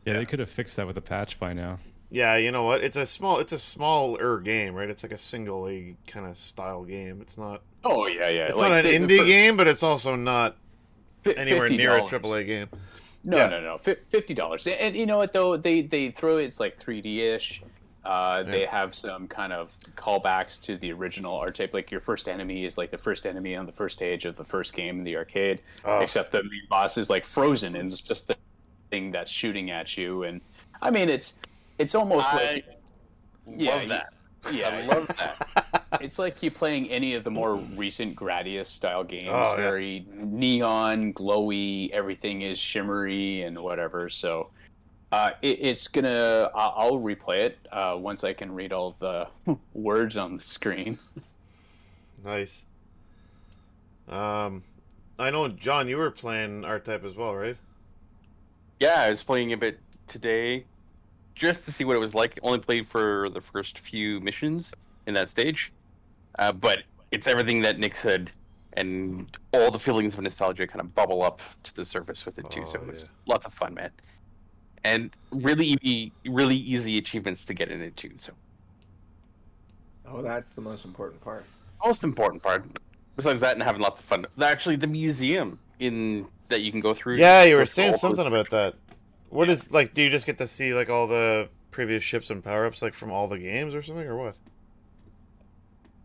Speaker 1: Yeah, they could have fixed that with a patch by now.
Speaker 5: Yeah, you know what? It's a small. It's a smaller game, right? It's like a single A kind of style game. It's not.
Speaker 3: oh yeah, yeah.
Speaker 5: It's
Speaker 3: like,
Speaker 5: not an
Speaker 3: the- the
Speaker 5: indie
Speaker 3: fir-
Speaker 5: game, but it's also not
Speaker 3: fi-
Speaker 5: anywhere near a
Speaker 3: $50.
Speaker 5: AAA game.
Speaker 3: No,
Speaker 5: Yeah.
Speaker 3: no, no. Fi Fifty dollars, and you know what though? They they throw it's like three D ish. Uh, They have some kind of callbacks to the original arcade. Like your first enemy is like the first enemy on the first stage of the first game in the arcade,
Speaker 5: Oh.
Speaker 3: except the main boss is like frozen and it's just the thing that's shooting at you. And I mean, it's it's almost like yeah,
Speaker 4: love
Speaker 3: you-
Speaker 4: that.
Speaker 3: yeah, I love that. it's like you playing any of the more recent Gradius style games,
Speaker 5: Oh, yeah.
Speaker 3: very neon, glowy, everything is shimmery and whatever. So uh, it, it's gonna. I'll, I'll replay it uh, once I can read all the words on the screen.
Speaker 5: Nice. Um, I know John, you were playing R Type as well, right?
Speaker 4: Yeah, I was playing a bit today just to see what it was like. Only played for the first few missions in that stage, uh, but it's everything that Nick said. and all the feelings of nostalgia kind of bubble up to the surface with it too. so
Speaker 5: Oh,
Speaker 4: it was
Speaker 5: yeah.
Speaker 4: lots of fun, man, and really easy, really easy achievements to get in it too. So
Speaker 6: Oh, that's the most important part.
Speaker 4: most important part, besides that and having lots of fun, actually the museum in that you can go through.
Speaker 5: Yeah, you were
Speaker 4: with all
Speaker 5: saying
Speaker 4: those-
Speaker 5: something about that. What is like? Do you just get to see like all the previous ships and power ups like from all the games or something or what?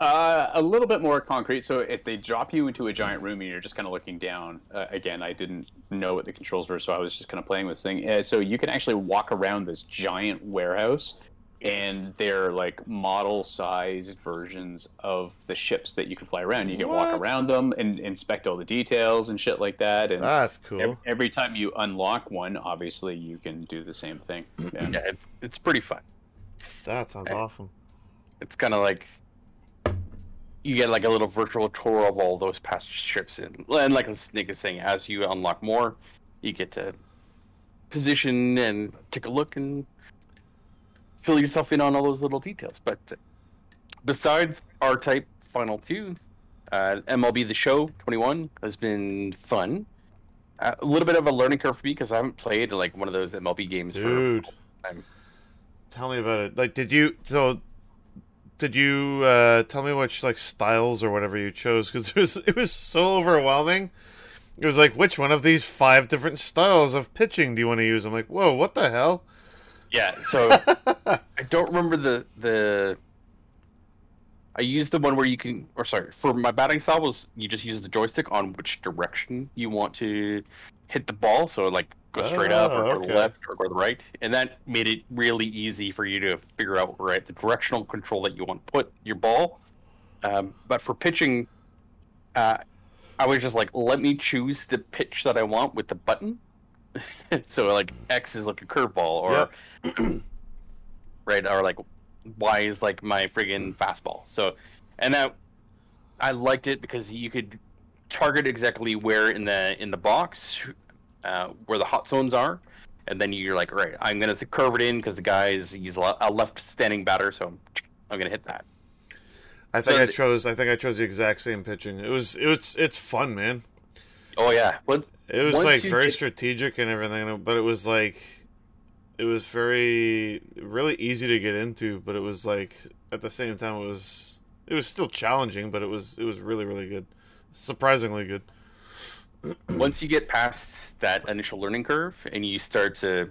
Speaker 3: Uh, a little bit more concrete. So if they drop you into a giant room and you're just kind of looking down, uh, again, I didn't know what the controls were, so I was just kind of playing with this thing. Uh, so you can actually walk around this giant warehouse, and they're like model-sized versions of the ships that you can fly around. You can walk
Speaker 5: What?
Speaker 3: around them and inspect all the details and shit like that. And
Speaker 5: That's
Speaker 3: ev-
Speaker 5: cool.
Speaker 3: every time you unlock one, obviously you can do the same thing. Yeah.
Speaker 4: Yeah, it, it's pretty fun.
Speaker 5: That sounds awesome.
Speaker 4: It's kind of like you get like a little virtual tour of all those past ships, and, and like Nick is saying, as you unlock more, you get to position and take a look and fill yourself in on all those little details. But uh, besides R Type Final Two, uh, MLB The Show 21 has been fun. Uh, a little bit of a learning curve for me because I haven't played like one of those MLB games
Speaker 5: Dude,
Speaker 4: for a long time.
Speaker 5: tell me about it. Like, did you so? Did you uh, tell me which like styles or whatever you chose? Because it was it was so overwhelming. It was like, which one of these five different styles of pitching do you want to use? I'm like, whoa, what the hell?
Speaker 4: Yeah, so I don't remember the the. I used the one where you can, or sorry, for my batting style was you just use the joystick on which direction you want to hit the ball. So like go straight up or
Speaker 5: Oh,
Speaker 4: go to
Speaker 5: okay.
Speaker 4: the left or go to the right, and that made it really easy for you to figure out right the directional control that you want to put your ball. Um, but for pitching, uh, I was just like, let me choose the pitch that I want with the button. so like X is like a curveball, or
Speaker 5: Yep.
Speaker 4: right or like why is like my friggin fastball so and that i liked it because you could target exactly where in the in the box uh, where the hot zones are and then you're like right i'm gonna curve it in because the guy's he's le- a left standing batter so i'm, I'm gonna hit that
Speaker 5: I think
Speaker 4: So
Speaker 5: I
Speaker 4: the-
Speaker 5: chose. I think I chose the exact same pitching. It was it was it's fun, man.
Speaker 4: oh yeah what
Speaker 5: It was
Speaker 4: Once
Speaker 5: like
Speaker 4: you
Speaker 5: very
Speaker 4: get-
Speaker 5: strategic and everything, but it was like it was very really easy to get into, but it was like at the same time it was it was still challenging, but it was it was really really good. Surprisingly good.
Speaker 4: once you get past that initial learning curve and you start to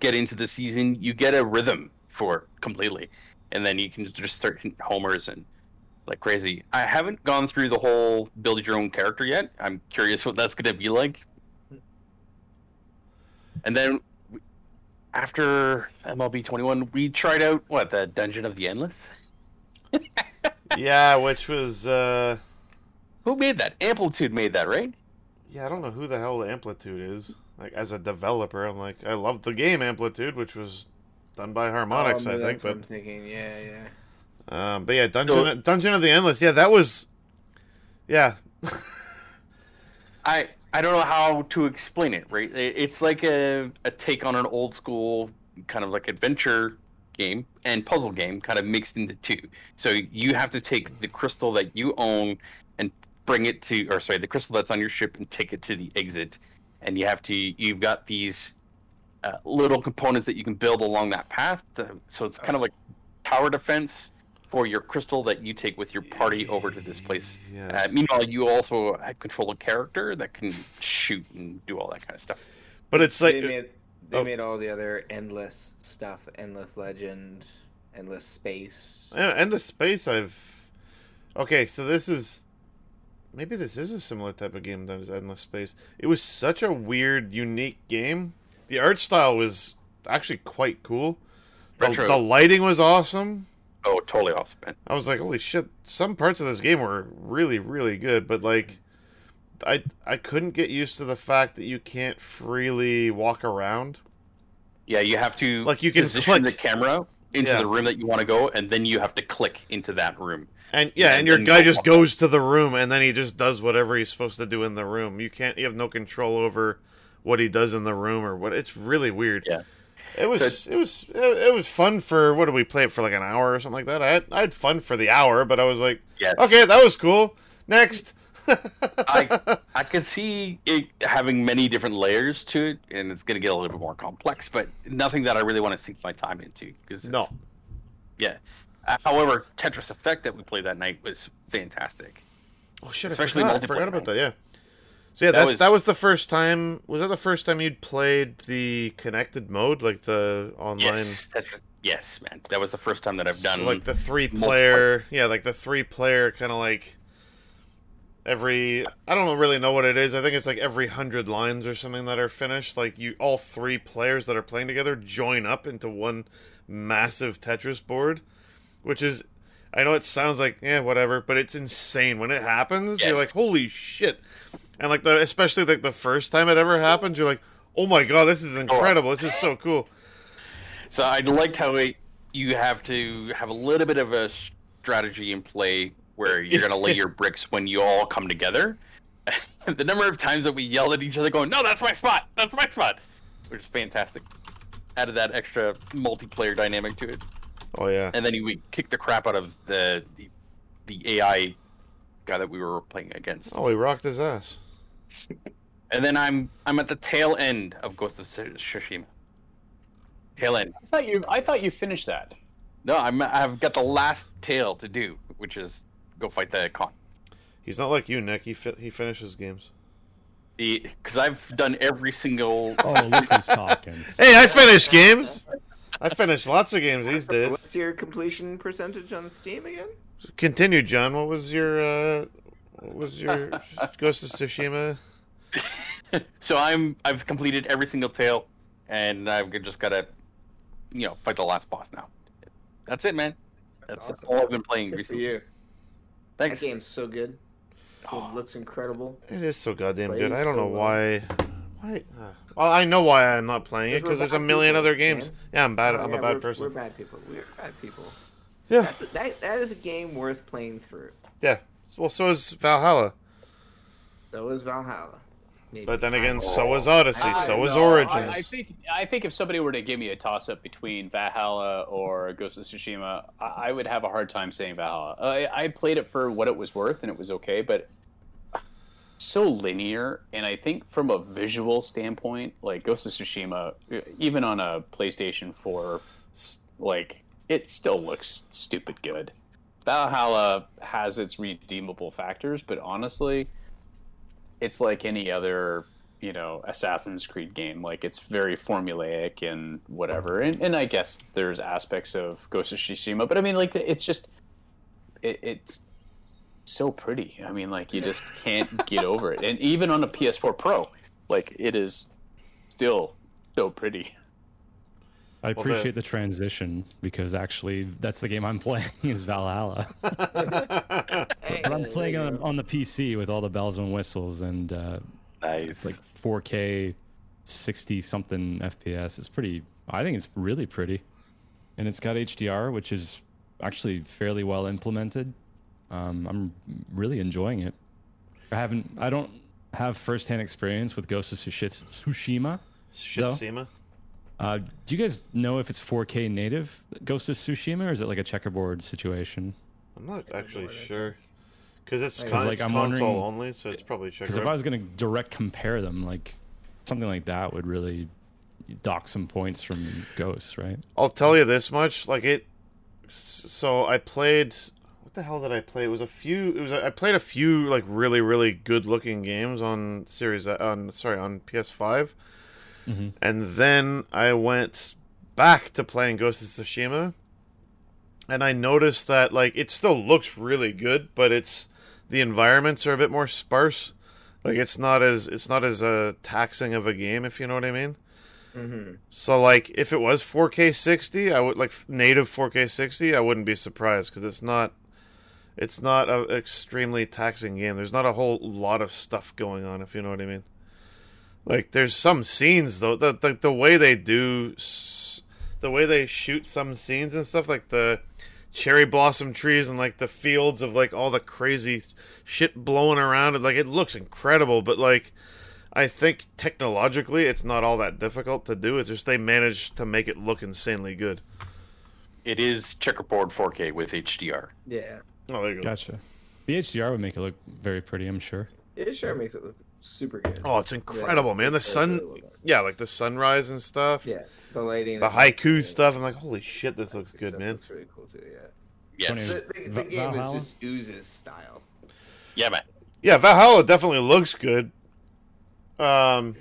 Speaker 4: get into the season, you get a rhythm for it completely, and then you can just start hitting homers and like crazy. I haven't gone through the whole build your own character yet. I'm curious what that's going to be like. And then we- after MLB 21, we tried out what the Dungeon of the Endless.
Speaker 5: yeah, which was uh
Speaker 4: Who made that? Amplitude made that, right?
Speaker 5: yeah, I don't know who the hell Amplitude is. Like as a developer, I'm like I loved the game Amplitude, which was done by Harmonix,
Speaker 6: Oh,
Speaker 5: I think,
Speaker 6: maybe that's what
Speaker 5: but
Speaker 6: I'm thinking, yeah, yeah.
Speaker 5: Um, but yeah, Dungeon Dungeon of the Endless. Yeah, that was. Yeah,
Speaker 4: I I don't know how to explain it. Right, It- it's like a a take on an old school kind of like adventure game and puzzle game, kind of mixed into two. So you have to take the crystal that you own and bring it to, or sorry, the crystal that's on your ship and take it to the exit, and you have to. You've got these uh, little components that you can build along that path. to- so it's kind of like tower defense for your crystal that you take with your party over to this place.
Speaker 5: Yeah.
Speaker 4: Uh, meanwhile, you also control a character that can shoot and do all that kind of stuff.
Speaker 5: but it's like
Speaker 6: they made they
Speaker 5: oh.
Speaker 6: made all the other endless stuff, endless legend, endless space.
Speaker 5: Yeah, and the space I've. Okay, so this is. Maybe this is a similar type of game that is Endless Space. It was such a weird, unique game. The art style was actually quite cool. The,
Speaker 4: Retro.
Speaker 5: the lighting was awesome.
Speaker 4: Oh, totally awesome. man.
Speaker 5: I was like, holy shit! Some parts of this game were really, really good, but like, I I couldn't get used to the fact that you can't freely walk around.
Speaker 4: Yeah, you have to
Speaker 5: Like, you can
Speaker 4: position
Speaker 5: click.
Speaker 4: the camera into
Speaker 5: Yeah.
Speaker 4: the room that you want to go, and then you have to click into that room.
Speaker 5: And yeah,
Speaker 4: Yeah,
Speaker 5: and your
Speaker 4: and
Speaker 5: guy
Speaker 4: then-
Speaker 5: just goes to the room and then he just does whatever he's supposed to do in the room. You can't you have no control over what he does in the room or what it's really weird.
Speaker 4: Yeah.
Speaker 5: It was it was it, it was fun for what did we play it for like an hour or something like that. I had I had fun for the hour, but I was like,
Speaker 4: Yes.
Speaker 5: okay, that was cool. Next.
Speaker 4: I- I can see it having many different layers to it, and it's going to get a little bit more complex, but nothing that I really want to sink my time into. Cause it's-
Speaker 5: no.
Speaker 4: Yeah. Uh, However, Tetris Effect that we played that night was fantastic.
Speaker 5: Oh shit! I
Speaker 4: Especially
Speaker 5: forgot. I
Speaker 4: multiplayer,
Speaker 5: forgot about
Speaker 4: right?
Speaker 5: that. Yeah. So yeah,
Speaker 4: That
Speaker 5: that
Speaker 4: was-
Speaker 5: that was the first time. Was that the first time you'd played the connected mode, like the online?
Speaker 4: Yes, Tetris, yes, man. That was the first time that I've
Speaker 5: So,
Speaker 4: done.
Speaker 5: like the three player yeah like the three player kind of like every i don't really know what it is i think it's like every hundred lines or something that are finished like you all three players that are playing together join up into one massive tetris board which is i know it sounds like yeah whatever but it's insane when it happens you're
Speaker 4: Yes.
Speaker 5: like holy shit and like the especially like the first time it ever happened you're like oh my god this is incredible this is so cool
Speaker 4: So I liked how it, you have to have a little bit of a strategy in play where you're going to lay your bricks when you all come together. the number of times that we yelled at each other, going, "No, that's my spot! That's my spot!" which is fantastic. Added that extra multiplayer dynamic to it,
Speaker 5: oh yeah
Speaker 4: and then you- we kicked the crap out of the the, the AI guy that we were playing against.
Speaker 5: oh he rocked his ass
Speaker 4: And then I'm I'm at the tail end of Ghost of Tsu- Tsushima. Tail end.
Speaker 3: I thought you. I thought you finished that.
Speaker 4: No, I'm I've got the last tail to do, which is go fight the con.
Speaker 5: He's not like you, Nick. He fi- he finishes games.
Speaker 4: The because I've done every single.
Speaker 1: Oh, look who's talking.
Speaker 5: Hey, I finish games. I finish lots of games these days.
Speaker 6: What's your completion percentage on Steam again?
Speaker 5: Continue, John. What was your uh, what was your Ghost of Tsushima?
Speaker 4: so I'm I've completed every single tail, and I've just got to, you know, fight the last boss now. That's it, man. That's
Speaker 6: awesome.
Speaker 4: all I've been playing
Speaker 6: Good for
Speaker 4: recently.
Speaker 6: you. That
Speaker 4: Thanks.
Speaker 6: game's so good. It
Speaker 5: Oh.
Speaker 6: looks incredible.
Speaker 5: It is so goddamn good.
Speaker 6: Plays
Speaker 5: I don't
Speaker 6: so
Speaker 5: know
Speaker 6: well.
Speaker 5: why. Why? uh, Well, I know why I'm not playing it
Speaker 6: Because we're
Speaker 5: because there's a
Speaker 6: bad
Speaker 5: million
Speaker 6: people,
Speaker 5: other games.
Speaker 6: man.
Speaker 5: Yeah, I'm bad.
Speaker 6: Oh,
Speaker 5: I'm
Speaker 6: yeah,
Speaker 5: a
Speaker 6: we're-
Speaker 5: bad
Speaker 6: We're
Speaker 5: person.
Speaker 6: bad people. We're bad people.
Speaker 5: Yeah,
Speaker 6: That's a, that, that is a game worth playing through.
Speaker 5: yeah. Well, so is Valhalla.
Speaker 6: So is Valhalla. Maybe.
Speaker 5: But then again,
Speaker 6: Oh,
Speaker 5: so is Odyssey. So is
Speaker 3: No,
Speaker 5: Origins.
Speaker 3: I, I think. I think if somebody were to give me a toss up between Valhalla or Ghost of Tsushima, I, I would have a hard time saying Valhalla. I, I played it for what it was worth, and it was okay, but so linear. And I think from a visual standpoint, like Ghost of Tsushima, even on a PlayStation Four, like it still looks stupid good. Valhalla has its redeemable factors, but honestly, it's like any other, you know, Assassin's Creed game. Like it's very formulaic and whatever. And and I guess there's aspects of Ghost of Tsushima, but I mean, like it's just, it, it's so pretty. I mean, like you just can't get over it. And even on a PS4 Pro, like it is still so pretty.
Speaker 1: I
Speaker 5: the-
Speaker 1: appreciate the transition because actually that's the game I'm playing is Valhalla.
Speaker 6: Hey,
Speaker 1: But I'm
Speaker 6: there
Speaker 1: playing
Speaker 6: you
Speaker 1: on,
Speaker 6: go.
Speaker 1: on the PC with all the bells and whistles, and uh,
Speaker 4: Nice.
Speaker 1: it's like 4K, 60 something FPS. It's pretty. I think it's really pretty, and it's got HDR, which is actually fairly well implemented. Um, I'm really enjoying it. I haven't. I don't have firsthand experience with Ghost of Tsushi- Tsushima.
Speaker 5: Shit,
Speaker 1: No.
Speaker 5: Seema.
Speaker 1: Uh, do you guys know if it's 4K native Ghost of Tsushima, or is it like a checkerboard situation?
Speaker 5: I'm not actually sure. Because it's,
Speaker 6: Like,
Speaker 5: con-
Speaker 1: like,
Speaker 5: it's
Speaker 1: I'm
Speaker 5: console
Speaker 1: wondering-
Speaker 5: only, so it's probably check.
Speaker 1: Because if I was going to direct compare them, like something like that would really dock some points from Ghosts, right?
Speaker 5: I'll tell you this much: like it. So I played. What the hell did I play? It was a few. It was I played a few like really really good looking games on series uh, on sorry on PS5,
Speaker 1: Mhm.
Speaker 5: and then I went back to playing Ghost of Tsushima, and I noticed that like it still looks really good, but it's the environments are a bit more sparse. Like it's not as it's not as uh, taxing of a game if you know what I mean.
Speaker 6: Mhm.
Speaker 5: So like if it was 4K 60, I would like f- native 4K 60, I wouldn't be surprised cuz it's not it's not an extremely taxing game. There's not a whole lot of stuff going on if you know what I mean. Like there's some scenes though the the, the way they do s- the way they shoot some scenes and stuff like the cherry blossom trees and like the fields of like all the crazy shit blowing around and like it looks incredible but like I think technologically it's not all that difficult to do. It's just they managed to make it look insanely good.
Speaker 4: It is checkerboard 4K with HDR.
Speaker 6: Yeah.
Speaker 5: Oh, there you go.
Speaker 1: Gotcha. The HDR would make it look very pretty, I'm sure.
Speaker 6: It sure makes it look super good.
Speaker 5: Oh, it's incredible, man. The
Speaker 6: it's
Speaker 5: sun,
Speaker 6: really well done.
Speaker 5: yeah, like the sunrise and stuff.
Speaker 6: Yeah, the lighting,
Speaker 5: The haiku stuff. I'm like, holy shit, this looks
Speaker 6: Haiku
Speaker 5: good,
Speaker 6: stuff
Speaker 5: man.
Speaker 6: Looks really cool too. Yeah,
Speaker 1: Funny.
Speaker 4: Yes.
Speaker 6: the, the, the
Speaker 1: Va-
Speaker 6: game
Speaker 1: Valhalla?
Speaker 6: is just oozes style.
Speaker 4: Yeah, man.
Speaker 5: Yeah, Valhalla definitely looks good. Um,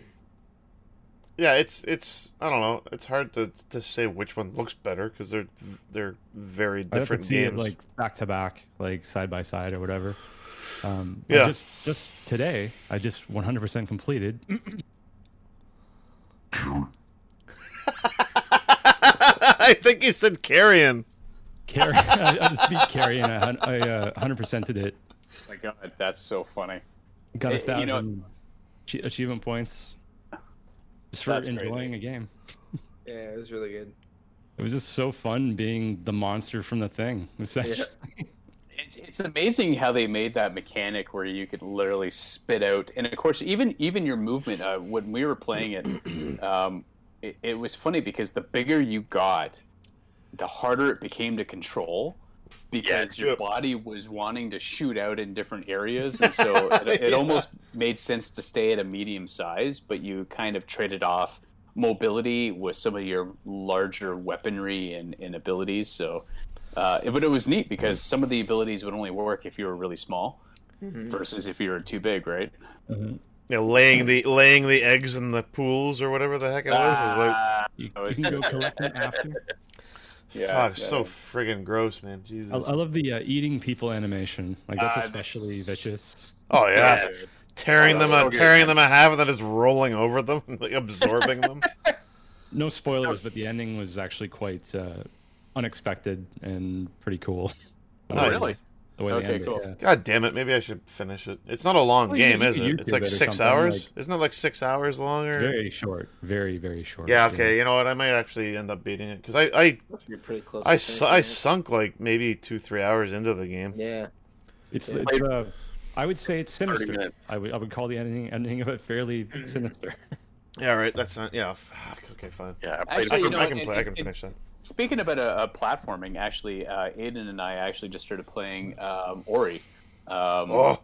Speaker 5: yeah, it's it's I don't know. It's hard to to say which one looks better because they're they're very
Speaker 1: I'd have to
Speaker 5: different
Speaker 1: see
Speaker 5: games.
Speaker 1: it like back to back, like side by side or whatever. Um, I
Speaker 5: Yeah.
Speaker 1: Just, just today, I just 100% completed.
Speaker 5: I think he said carrion.
Speaker 1: Carry, I, I just beat Carrie and I, hun- I uh, 100%ed it.
Speaker 3: my god, that's so funny.
Speaker 1: Got a
Speaker 3: Eh, you
Speaker 1: thousand
Speaker 3: know-
Speaker 1: achie- achievement points just for
Speaker 3: That's crazy.
Speaker 1: enjoying a game.
Speaker 6: Yeah, it was really good.
Speaker 1: It was just so fun being the monster from the thing. essentially.
Speaker 3: It's, it's amazing how they made that mechanic where you could literally spit out, and of course, even even your movement. Uh, when we were playing it, um, it, it was funny because the bigger you got, the harder it became to control, because your
Speaker 5: Yep.
Speaker 3: body was wanting to shoot out in different areas, and so it, it
Speaker 5: Yeah.
Speaker 3: almost made sense to stay at a medium size, but you kind of traded off mobility with some of your larger weaponry and, and abilities. So. Uh, it- but it was neat because some of the abilities would only work if you were really small
Speaker 4: Mm-hmm.
Speaker 3: versus if you were too big, right?
Speaker 1: mm-hmm.
Speaker 5: Yeah, laying the laying the eggs in the pools or whatever the heck it was. It was like,
Speaker 1: You,
Speaker 3: Oh,
Speaker 1: you
Speaker 3: it's-
Speaker 1: can go collect them after.
Speaker 3: yeah,
Speaker 5: fuck, so friggin' gross, man. Jesus.
Speaker 1: I, I love the uh, eating people animation. Like that's
Speaker 3: Ah, that's-
Speaker 1: especially vicious.
Speaker 5: oh yeah,
Speaker 3: yeah.
Speaker 5: tearing
Speaker 3: Oh,
Speaker 5: them
Speaker 3: that's
Speaker 5: out,
Speaker 3: so good.
Speaker 5: tearing them a half, and then just rolling over them, like absorbing them.
Speaker 1: No spoilers, but the ending was actually quite uh, unexpected and pretty cool. Oh,
Speaker 5: Nice.
Speaker 3: Oh, really?
Speaker 1: The way
Speaker 3: Okay,
Speaker 1: they ended,
Speaker 3: cool.
Speaker 1: yeah.
Speaker 5: God damn it! Maybe I should finish it. It's not a long
Speaker 1: Well, you-
Speaker 5: game,
Speaker 1: you
Speaker 5: is
Speaker 1: could
Speaker 5: it?
Speaker 1: YouTube
Speaker 5: It's like
Speaker 1: it or
Speaker 5: six
Speaker 1: something,
Speaker 5: hours.
Speaker 1: like-
Speaker 5: Isn't it like six hours long or?
Speaker 1: Very short. Very very short.
Speaker 5: yeah. Okay. You know what? I might actually end up beating it because I I
Speaker 6: Must be pretty close.
Speaker 5: I,
Speaker 6: to
Speaker 5: su-
Speaker 6: finishing
Speaker 5: I
Speaker 6: it.
Speaker 5: sunk like maybe two three hours into the game.
Speaker 6: Yeah.
Speaker 1: It's
Speaker 6: Yeah.
Speaker 1: it's. Uh, I would say it's sinister.
Speaker 4: minutes.
Speaker 1: I would I would call the ending ending of it fairly sinister.
Speaker 5: Yeah. Right. That's not. Yeah. Fuck. Okay. Fine.
Speaker 4: Yeah, I
Speaker 3: Actually,
Speaker 4: played
Speaker 5: I
Speaker 4: it.
Speaker 3: you
Speaker 5: can,
Speaker 3: know
Speaker 5: I
Speaker 3: what,
Speaker 5: can
Speaker 3: and-
Speaker 5: play. I can
Speaker 3: and-
Speaker 5: finish that.
Speaker 3: Speaking about a, uh platforming, actually, uh, Aiden and I actually just started playing um, Ori. Um,
Speaker 5: Oh.
Speaker 3: uh,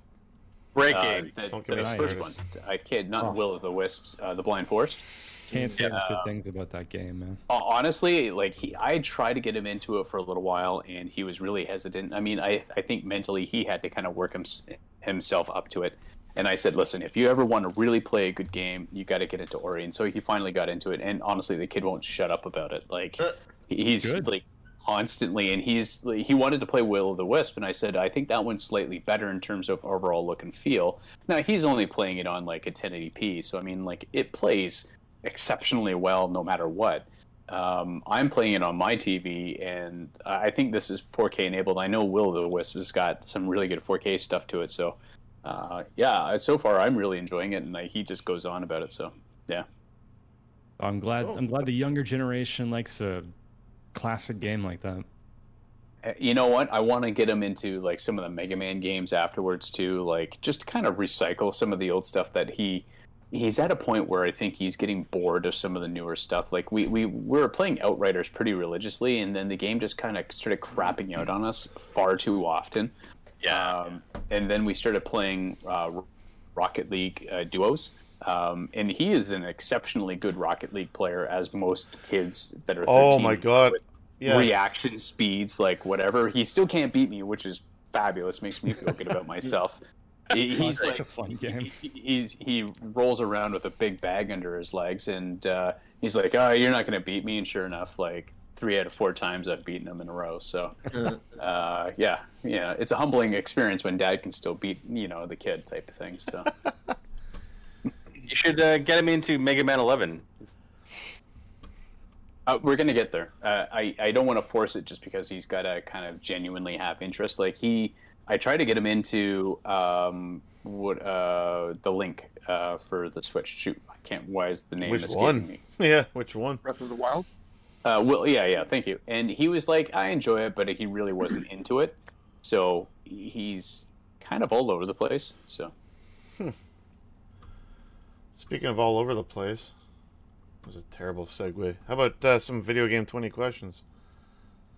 Speaker 4: breaking.
Speaker 3: the,
Speaker 5: Don't give
Speaker 3: the
Speaker 1: me
Speaker 3: first one.
Speaker 1: started.
Speaker 3: I kid, not
Speaker 1: Oh.
Speaker 3: Will of the Wisps, uh, the Blind Forest.
Speaker 1: Can't say enough good things about that game, man.
Speaker 3: Uh, honestly like he i tried to get him into it for a little while and he was really hesitant i mean i i think mentally he had to kind of work him, himself up to it and i said listen if you ever want to really play a good game you got to get into ori and so he finally got into it and honestly the kid won't shut up about it like he's
Speaker 1: Good.
Speaker 3: like constantly and he's like, he wanted to play will of the wisp and i said i think that one's slightly better in terms of overall look and feel now he's only playing it on like a 1080p so i mean like it plays exceptionally well no matter what um, I'm playing it on my TV, and I I think this is 4K enabled. I know Will of the Wisp has got some really good 4K stuff to it. So, uh, yeah, so far I'm really enjoying it, and I, he just goes on about it. So,
Speaker 1: I'm glad.
Speaker 3: Oh.
Speaker 1: I'm glad the younger generation likes a classic game like that.
Speaker 3: Uh, you know what? I want to get him into like some of the Mega Man games afterwards too. Like just kind of recycle some of the old stuff that he he's at a point where I think he's getting bored of some of the newer stuff. Like we we, we were playing Outriders pretty religiously, and then the game just kind of started crapping out on us far too often.
Speaker 4: Yeah.
Speaker 3: Um, and then we started playing uh, Rocket League uh, duos. Um, and he is an exceptionally good Rocket League player, as most kids that are 13
Speaker 5: Oh my god. Yeah.
Speaker 3: reaction speeds, like whatever. He still can't beat me, which is fabulous. Makes me feel good about myself. He-
Speaker 1: It's
Speaker 3: He's
Speaker 1: such
Speaker 3: like
Speaker 1: a fun game.
Speaker 3: he- he's he rolls around with a big bag under his legs, and uh, he's like, "Oh, you're not gonna beat me." And sure enough, like three out of four times I've beaten him in a row. So, uh, yeah, yeah, it's a humbling experience when dad can still beat you know the kid type of thing. So,
Speaker 4: You should uh, get him into Mega Man 11.
Speaker 3: Uh, we're gonna get there. Uh, I I don't want to force it just because he's got to kind of genuinely have interest. Like he, I tried to get him into um what uh the link uh for the Switch. Shoot, I can't. Why is the name
Speaker 5: Which
Speaker 3: escaping
Speaker 5: one?
Speaker 3: me?
Speaker 5: Yeah. Which one?
Speaker 7: Breath of the Wild.
Speaker 3: Uh, well, yeah, yeah. Thank you. And he was like, I enjoy it, but he really wasn't into it. So he's kind of all over the place. So
Speaker 5: Speaking of all over the place, that was a terrible segue. How about uh, some video game twenty questions?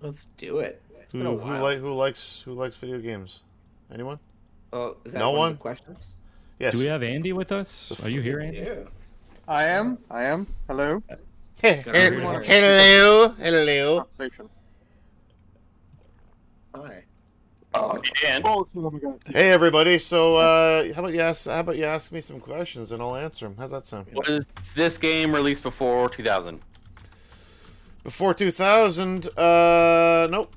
Speaker 6: Let's do it.
Speaker 5: Who
Speaker 6: been a
Speaker 5: who
Speaker 6: while.
Speaker 5: like who likes who likes video games? Anyone?
Speaker 6: Oh, is that
Speaker 5: No
Speaker 6: one? Of
Speaker 5: one?
Speaker 6: the questions?
Speaker 5: Yes.
Speaker 1: Do we have Andy with us? Are you here, Andy?
Speaker 6: Yeah.
Speaker 7: I am. I am. Hello.
Speaker 5: hello, hello, hello.
Speaker 7: Conversation.
Speaker 6: Hi.
Speaker 4: Oh, Dan.
Speaker 7: Oh, oh my god.
Speaker 5: Hey everybody. So, uh, how about you ask? How about you ask me some questions and I'll answer them? How's that sound?
Speaker 4: Was this game released before 2000?
Speaker 5: Before 2000, uh, nope.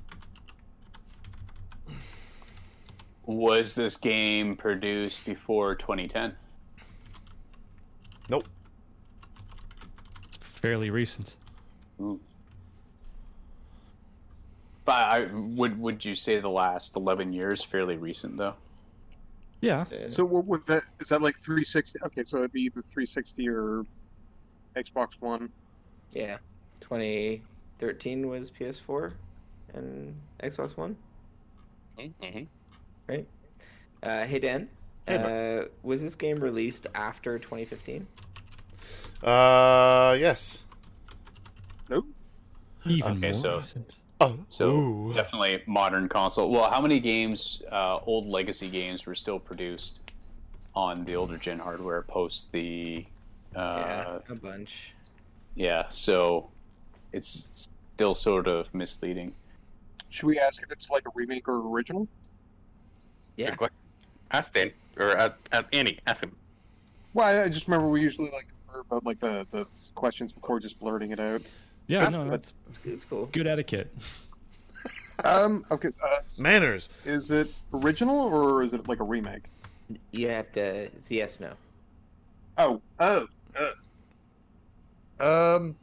Speaker 3: Was this game produced before 2010?
Speaker 5: Nope.
Speaker 1: It's fairly recent.
Speaker 3: But I would would you say the last 11 years fairly recent though?
Speaker 1: Yeah.
Speaker 7: So what would that? Is that like 360? Okay, so it'd be either 360 or Xbox One.
Speaker 6: Yeah. 2013 was PS4 and Xbox One,
Speaker 4: Mm-hmm.
Speaker 6: right? Uh, hey Dan,
Speaker 5: Hey,
Speaker 6: uh, was this game released after 2015?
Speaker 5: Uh, yes.
Speaker 1: Even
Speaker 3: Okay,
Speaker 1: more.
Speaker 3: so-
Speaker 1: recent.
Speaker 5: Oh,
Speaker 3: So
Speaker 5: ooh.
Speaker 3: definitely modern console. Well, how many games, uh, old legacy games, were still produced on the older gen hardware post the? Uh,
Speaker 6: yeah, a bunch.
Speaker 3: yeah. So it's still sort of misleading.
Speaker 7: Should we ask if it's like a remake or original?
Speaker 6: Yeah.
Speaker 4: Ask Dan or uh, uh, Andy. Ask him.
Speaker 7: Well, I- I just remember we usually like confer about like the, the questions before just blurting it out.
Speaker 1: yeah,
Speaker 7: that's
Speaker 1: no,
Speaker 7: good.
Speaker 1: that's
Speaker 6: It's, it's cool.
Speaker 1: good etiquette.
Speaker 7: Um. Okay. Uh,
Speaker 5: manners.
Speaker 7: is it original or is it like a remake?
Speaker 6: You have to. It's yes, no.
Speaker 7: Oh. Oh. Uh, um.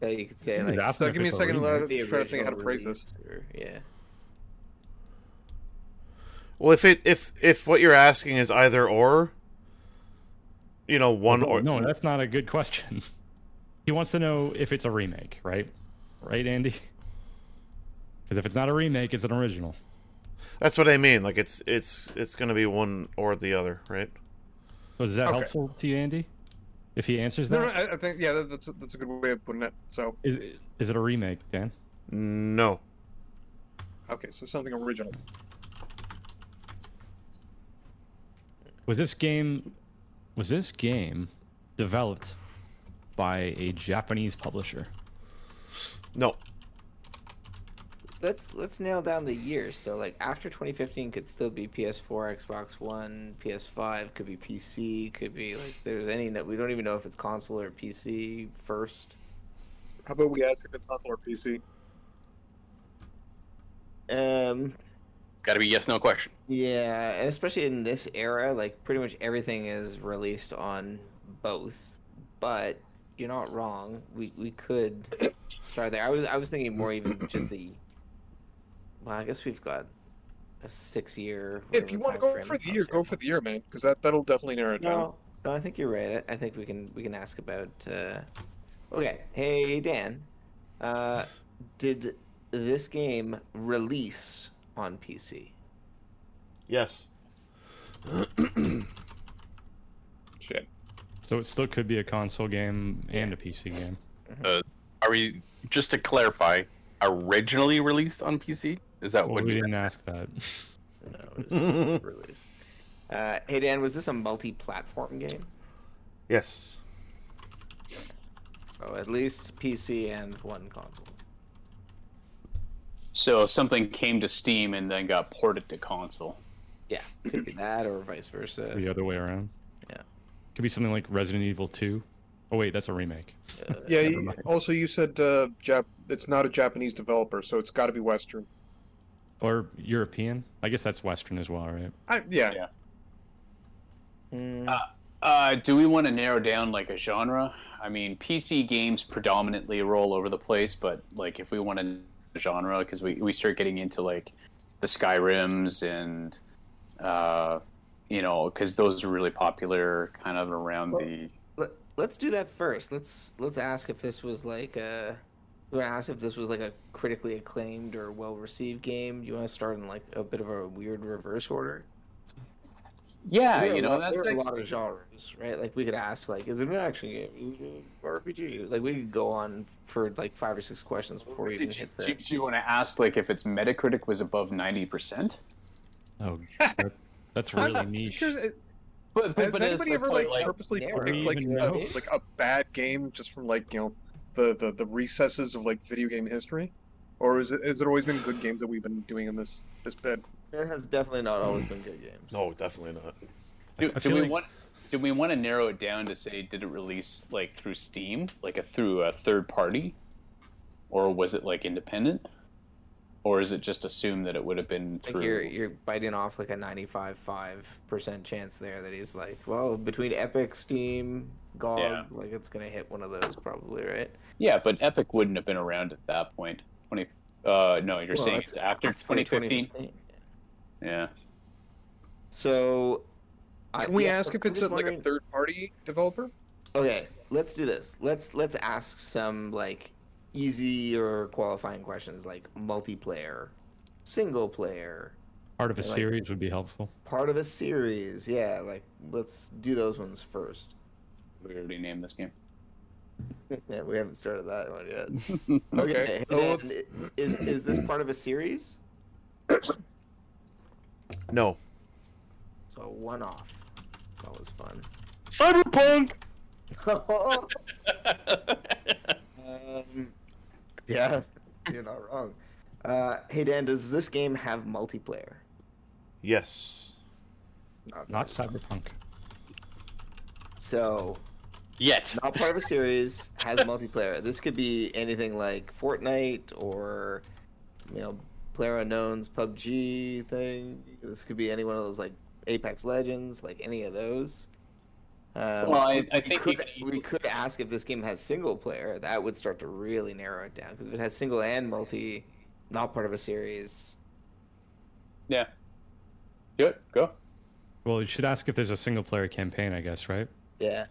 Speaker 6: So you could say
Speaker 1: You
Speaker 6: like
Speaker 1: could ask
Speaker 7: so
Speaker 1: him
Speaker 7: give
Speaker 1: if
Speaker 7: me a
Speaker 1: it's
Speaker 7: second to
Speaker 1: remake.
Speaker 7: load- I'm trying to think how to
Speaker 6: original
Speaker 7: phrase
Speaker 6: release or- yeah.
Speaker 5: Well, if it if if what you're asking is either or, you know, one or
Speaker 1: No, that's not a good question. He wants to know if it's a remake, right? Right, Andy? Because if it's not a remake, it's an original.
Speaker 5: That's what I mean. Like it's it's it's gonna be one or the other, right?
Speaker 1: So is that
Speaker 7: Okay.
Speaker 1: helpful to you, Andy? If he answers that,
Speaker 7: No, no, I, I think yeah, that, that's a, that's a good way of putting it. So
Speaker 1: is is it a remake, Dan?
Speaker 5: No.
Speaker 7: okay, so something original.
Speaker 1: Was this game was this game developed by a Japanese publisher?
Speaker 5: No.
Speaker 6: Let's let's nail down the year. So like after 2015 could still be PS4, Xbox One, PS5, could be PC, could be like there's any no- we don't even know if it's console or PC first.
Speaker 7: How about we ask if it's console or PC?
Speaker 6: Um
Speaker 4: Got to be yes no question.
Speaker 6: yeah, and especially in this era, like pretty much everything is released on both. But you're not wrong. We we could start there. I was I was thinking more even just the Well, I guess we've got a 6 year
Speaker 7: If you want to go for the year, go for the year, man, because that that'll definitely narrow it down.
Speaker 6: No, no, I think you're right. I I think we can we can ask about. Uh... Okay, hey Dan, uh, did this game release on PC?
Speaker 5: Yes.
Speaker 7: Shit.
Speaker 1: So it still could be a console game and a PC game.
Speaker 4: Are we just to clarify? Originally released on PC? Is that
Speaker 1: Well,
Speaker 4: what
Speaker 1: we
Speaker 4: you?
Speaker 1: didn't ask that.
Speaker 6: No, it was released. Uh, hey Dan, was this a multi-platform game?
Speaker 5: Yes.
Speaker 6: So Oh, at least PC and one console.
Speaker 3: So something came to Steam and then got ported to console.
Speaker 6: Yeah, could be that or vice versa.
Speaker 1: The other way around.
Speaker 6: Yeah.
Speaker 1: Could be something like Resident Evil 2. Oh wait, that's a remake.
Speaker 7: Yeah. You, also, you said uh, Jap. It's not a Japanese developer, so it's got to be Western.
Speaker 1: Or European. I guess that's Western as well, right?
Speaker 7: I, yeah.
Speaker 3: Yeah.
Speaker 6: Mm,
Speaker 3: Uh, do we want to narrow down like a genre? I mean, PC games predominantly roll over the place, but like if we want a genre, because we, we start getting into like the Skyrims and, uh, you know, because those are really popular kind of around the.
Speaker 6: let, let's do that first. Let's let's ask if this was like a. You want to ask if this was like a critically acclaimed or well received game? You want to start in like a bit of a weird reverse order?
Speaker 3: Yeah,
Speaker 6: There are
Speaker 3: you
Speaker 6: a
Speaker 3: know,
Speaker 6: lot-
Speaker 3: that's
Speaker 6: there are a
Speaker 3: like-
Speaker 6: lot of genres, right? Like we could ask, like, is it an action game? Is it an RPG? Like we could go on for like five or six questions before we even
Speaker 3: Did you,
Speaker 6: hit
Speaker 3: do,
Speaker 6: the.
Speaker 3: do you want to ask like if its Metacritic was above ninety percent?
Speaker 1: Oh, that, that's really niche.
Speaker 7: Here's-
Speaker 3: But, but,
Speaker 7: Has
Speaker 3: but it's
Speaker 7: anybody ever like,
Speaker 3: like, like
Speaker 7: purposely
Speaker 8: yeah,
Speaker 7: picked
Speaker 1: we
Speaker 7: like
Speaker 1: even
Speaker 7: a,
Speaker 1: know.
Speaker 7: like a bad game just from like you know the, the the recesses of like video game history, or is it has there always been good games that we've been doing in this this bed?
Speaker 8: There has definitely not always been good games.
Speaker 5: No, definitely not.
Speaker 1: I
Speaker 3: do, do
Speaker 1: feel
Speaker 3: we
Speaker 1: like-
Speaker 3: want do we want to narrow it down to say did it release like through Steam, like a through a third party, or was it like independent, or is it just assumed that it would have been
Speaker 6: Like you're
Speaker 3: through?
Speaker 6: you're biting off like a 95 5 percent chance there that he's like, well, between Epic, Steam, GOG,
Speaker 3: Yeah.
Speaker 6: like it's gonna hit one of those probably, right?
Speaker 3: Yeah, but Epic wouldn't have been around at that point. Twenty. Uh, no, you're
Speaker 6: Well,
Speaker 3: saying
Speaker 6: that's
Speaker 3: it's after
Speaker 6: after
Speaker 3: 2015.
Speaker 6: 2015.
Speaker 3: Yeah.
Speaker 6: So,
Speaker 7: Can we
Speaker 6: yeah,
Speaker 7: ask
Speaker 6: I'm
Speaker 7: if it's
Speaker 6: just
Speaker 7: a, like a
Speaker 6: wondering-
Speaker 7: third party developer?
Speaker 6: Okay, let's do this. Let's let's ask some like easy or qualifying questions like multiplayer, single player,
Speaker 1: Part of a
Speaker 6: I like-
Speaker 1: series would be helpful.
Speaker 6: part of a series. Yeah, like let's do those ones first.
Speaker 3: We already named this game.
Speaker 6: Yeah, we haven't started that one yet.
Speaker 7: Okay, so
Speaker 6: and
Speaker 7: let's-
Speaker 6: i- is is this part of a series?
Speaker 5: No.
Speaker 6: So a one off. That was fun.
Speaker 4: Cyberpunk.
Speaker 6: um, yeah,
Speaker 8: You're not wrong.
Speaker 6: Uh, hey Dan, does this game have multiplayer?
Speaker 5: Yes.
Speaker 1: Not cyberpunk.
Speaker 6: So
Speaker 4: Yet.
Speaker 6: not part of a series has multiplayer. This could be anything like Fortnite or you know Player Unknown's PUBG thing. This could be any one of those like Apex Legends, like any of those. Um,
Speaker 3: Well, I, I
Speaker 6: we
Speaker 3: think you
Speaker 6: could,
Speaker 3: could-
Speaker 6: we could ask if this game has single player. That would start to really narrow it down because if it has single and multi, not part of a series.
Speaker 3: yeah. Do it. Go.
Speaker 1: Well, you should ask if there's a single player campaign, I guess, right?
Speaker 6: Yeah.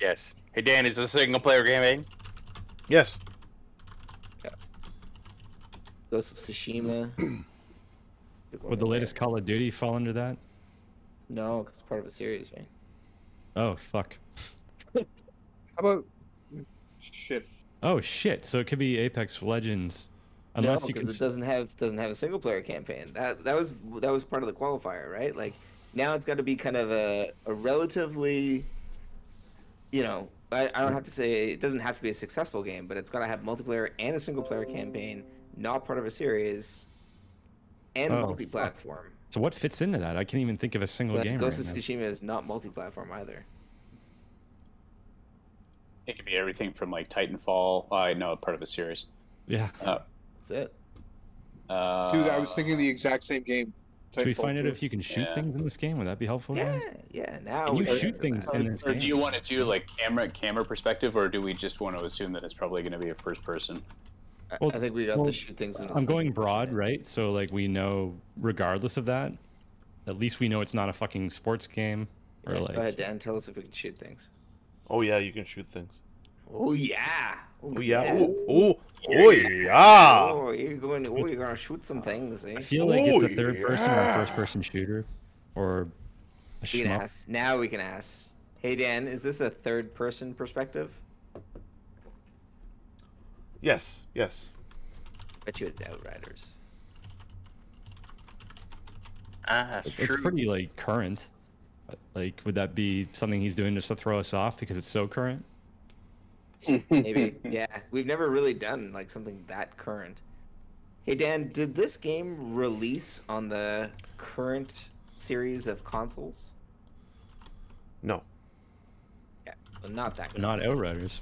Speaker 4: Yes. Hey Dan, is this a single player game? eh?
Speaker 5: Yes.
Speaker 6: Ghost of Tsushima. Good one
Speaker 1: Would the
Speaker 6: right
Speaker 1: latest Call of Duty fall under that?
Speaker 6: there. No, because it's part of a series, right?
Speaker 1: Oh fuck.
Speaker 7: How about shit?
Speaker 1: Oh shit. So it could be Apex Legends, unless
Speaker 6: no,
Speaker 1: you
Speaker 6: 'cause
Speaker 1: can.
Speaker 6: it doesn't have doesn't have a single player campaign. That that was that was part of the qualifier, right? Like now it's got to be kind of a a relatively, you know, I, I don't have to say it doesn't have to be a successful game, but it's got to have multiplayer and a single player campaign, not part of a series, and
Speaker 1: Oh,
Speaker 6: multi-platform.
Speaker 1: So what fits into that? I can't even think of a single
Speaker 6: Like,
Speaker 1: game.
Speaker 6: Ghost
Speaker 1: right
Speaker 6: of
Speaker 1: now.
Speaker 6: Tsushima is not multi-platform either.
Speaker 3: It could be everything from like Titanfall. Oh, I know part of a series.
Speaker 1: Yeah.
Speaker 6: That's it.
Speaker 3: Uh,
Speaker 7: Dude, I was thinking the exact same game.
Speaker 1: Should we
Speaker 7: Titanfall
Speaker 1: find out
Speaker 7: 2.
Speaker 1: if you can shoot
Speaker 3: Yeah.
Speaker 1: things in this game? Would that be helpful?
Speaker 6: Yeah,
Speaker 1: guys?
Speaker 6: yeah. Now
Speaker 1: Can
Speaker 6: we
Speaker 1: you
Speaker 6: can
Speaker 1: shoot
Speaker 6: do
Speaker 1: things
Speaker 6: that.
Speaker 1: in this
Speaker 3: Or
Speaker 1: game?
Speaker 3: do you want to do like camera camera perspective, or do we just want to assume that it's probably going to be a first person?
Speaker 6: I-
Speaker 1: Well,
Speaker 6: I think we got
Speaker 1: well,
Speaker 6: to shoot things in.
Speaker 1: I'm
Speaker 6: this
Speaker 1: going
Speaker 6: game.
Speaker 1: broad, right? So like we know, regardless of that, at least we know it's not a fucking sports game. Or
Speaker 6: Yeah,
Speaker 1: like,
Speaker 6: Go ahead, Dan. Tell us if we can shoot things.
Speaker 5: Oh yeah, you can shoot things.
Speaker 6: Oh yeah.
Speaker 5: Oh yeah. Oh, oh, oh yeah.
Speaker 6: Oh, you're going. To, oh, you're gonna shoot some things. Eh?
Speaker 1: Ah. I feel like it's
Speaker 5: Oh,
Speaker 1: a third person or first person shooter, or a
Speaker 6: We can
Speaker 1: shmup.
Speaker 6: ask. Now we can ask. Hey Dan, is this a third person perspective?
Speaker 5: Yes. Yes.
Speaker 6: Bet you it's Outriders.
Speaker 4: Ah, that's
Speaker 1: It's pretty like current. Like, would that be something he's doing just to throw us off because it's so current?
Speaker 6: Maybe. yeah. We've never really done like something that current. Hey Dan, did this game release on the current series of consoles?
Speaker 5: No.
Speaker 6: Yeah, well, not that.
Speaker 1: But not Outriders.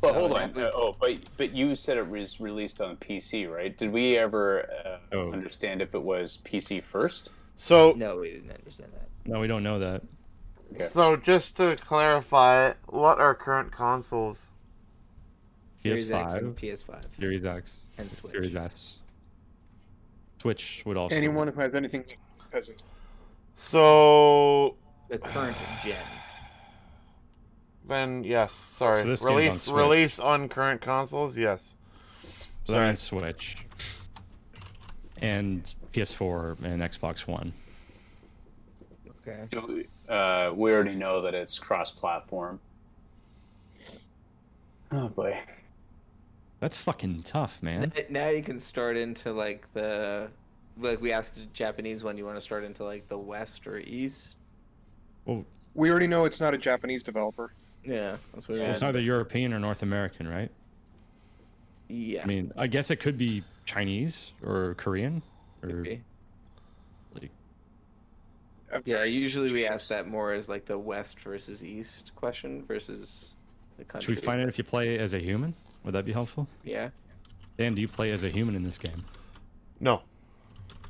Speaker 3: But
Speaker 6: So
Speaker 3: hold
Speaker 6: it
Speaker 3: on.
Speaker 6: happens-
Speaker 3: uh, oh, but but you said it was released on PC, right? Did we ever uh,
Speaker 1: Oh.
Speaker 3: understand if it was PC first?
Speaker 5: So
Speaker 6: No, we didn't understand that.
Speaker 1: No, we don't know that.
Speaker 3: Yeah.
Speaker 5: so just to clarify, what are current consoles?
Speaker 6: Series X and
Speaker 1: PS5,
Speaker 6: PS5
Speaker 1: Series X,
Speaker 6: and Switch.
Speaker 1: Series S. Switch would also.
Speaker 7: Anyone who has anything hasn't.
Speaker 5: So
Speaker 6: The current gen.
Speaker 5: then yes, sorry.
Speaker 1: So this game's on
Speaker 5: release
Speaker 1: Switch.
Speaker 5: release on current consoles, yes.
Speaker 1: So that means Switch and PS4 and Xbox One.
Speaker 6: Okay.
Speaker 3: Do we- Uh, we already know that it's cross-platform. Oh boy.
Speaker 1: That's fucking tough, man.
Speaker 6: N- Now you can start into like the like we asked the Japanese one, you want to start into like the West or East?
Speaker 7: We already know it's not a Japanese developer.
Speaker 6: Yeah, that's what we
Speaker 7: Yeah,
Speaker 6: were
Speaker 1: It's
Speaker 6: asking.
Speaker 1: either European or North American, right?
Speaker 6: Yeah,
Speaker 1: I mean, I guess it could be Chinese or Korean or
Speaker 6: maybe.
Speaker 1: like
Speaker 7: I'm
Speaker 6: yeah.
Speaker 7: very-
Speaker 6: Usually we ask that more as like the West versus East question versus the
Speaker 1: Should
Speaker 6: country.
Speaker 1: we find out if you play as a human? Would that be helpful?
Speaker 6: Yeah.
Speaker 1: Dan, do you play as a human in this game?
Speaker 5: No.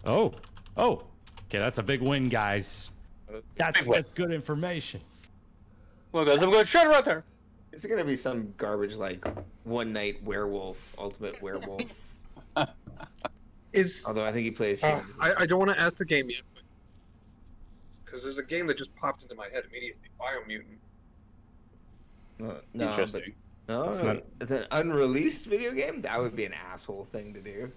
Speaker 1: Oh, oh, okay, that's a big win, guys. That's,
Speaker 4: Big win.
Speaker 1: that's good information.
Speaker 4: Well, guys, I'm going to shut it right there.
Speaker 6: It's gonna be some garbage like one night werewolf, ultimate werewolf.
Speaker 7: Is
Speaker 6: Although I think he plays.
Speaker 1: Ah,
Speaker 7: Uh,
Speaker 6: human.
Speaker 7: I, I don't want to ask the game yet, because there's a game that just popped into my head immediately. Biomutant.
Speaker 6: No, no,
Speaker 3: Interesting.
Speaker 6: but- no,
Speaker 1: It's
Speaker 6: no,
Speaker 1: not-
Speaker 6: it's an unreleased video game. That would be an asshole thing to do.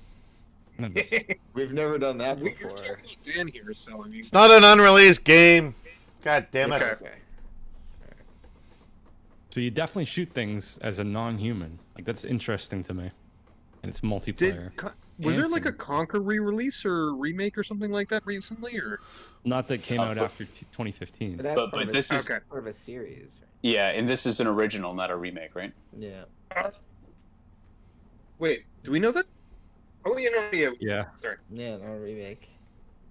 Speaker 6: We've never done that
Speaker 7: We-
Speaker 6: before.
Speaker 7: you're talking to Dan here, so I mean,
Speaker 5: It's not an unreleased game. God damn it.
Speaker 7: Okay.
Speaker 6: Okay.
Speaker 1: So you definitely shoot things as a non-human. Like that's interesting to me. And it's
Speaker 7: did
Speaker 1: multiplayer.
Speaker 7: Con- was there like a
Speaker 1: Anthem.
Speaker 7: Conquer re-release or remake or something like that recently? Or
Speaker 1: Not that came
Speaker 3: Uh,
Speaker 1: out
Speaker 3: but-
Speaker 1: after t- 2015.
Speaker 6: But, that's
Speaker 3: But-
Speaker 6: part
Speaker 3: but
Speaker 6: of a-
Speaker 3: this is-
Speaker 7: Okay.
Speaker 6: part of a series.
Speaker 3: Yeah, and this is an original, not a remake, right?
Speaker 6: Right? Yeah.
Speaker 7: wait, do we know that? Oh, you know, yeah.
Speaker 1: yeah.
Speaker 6: Yeah, no remake.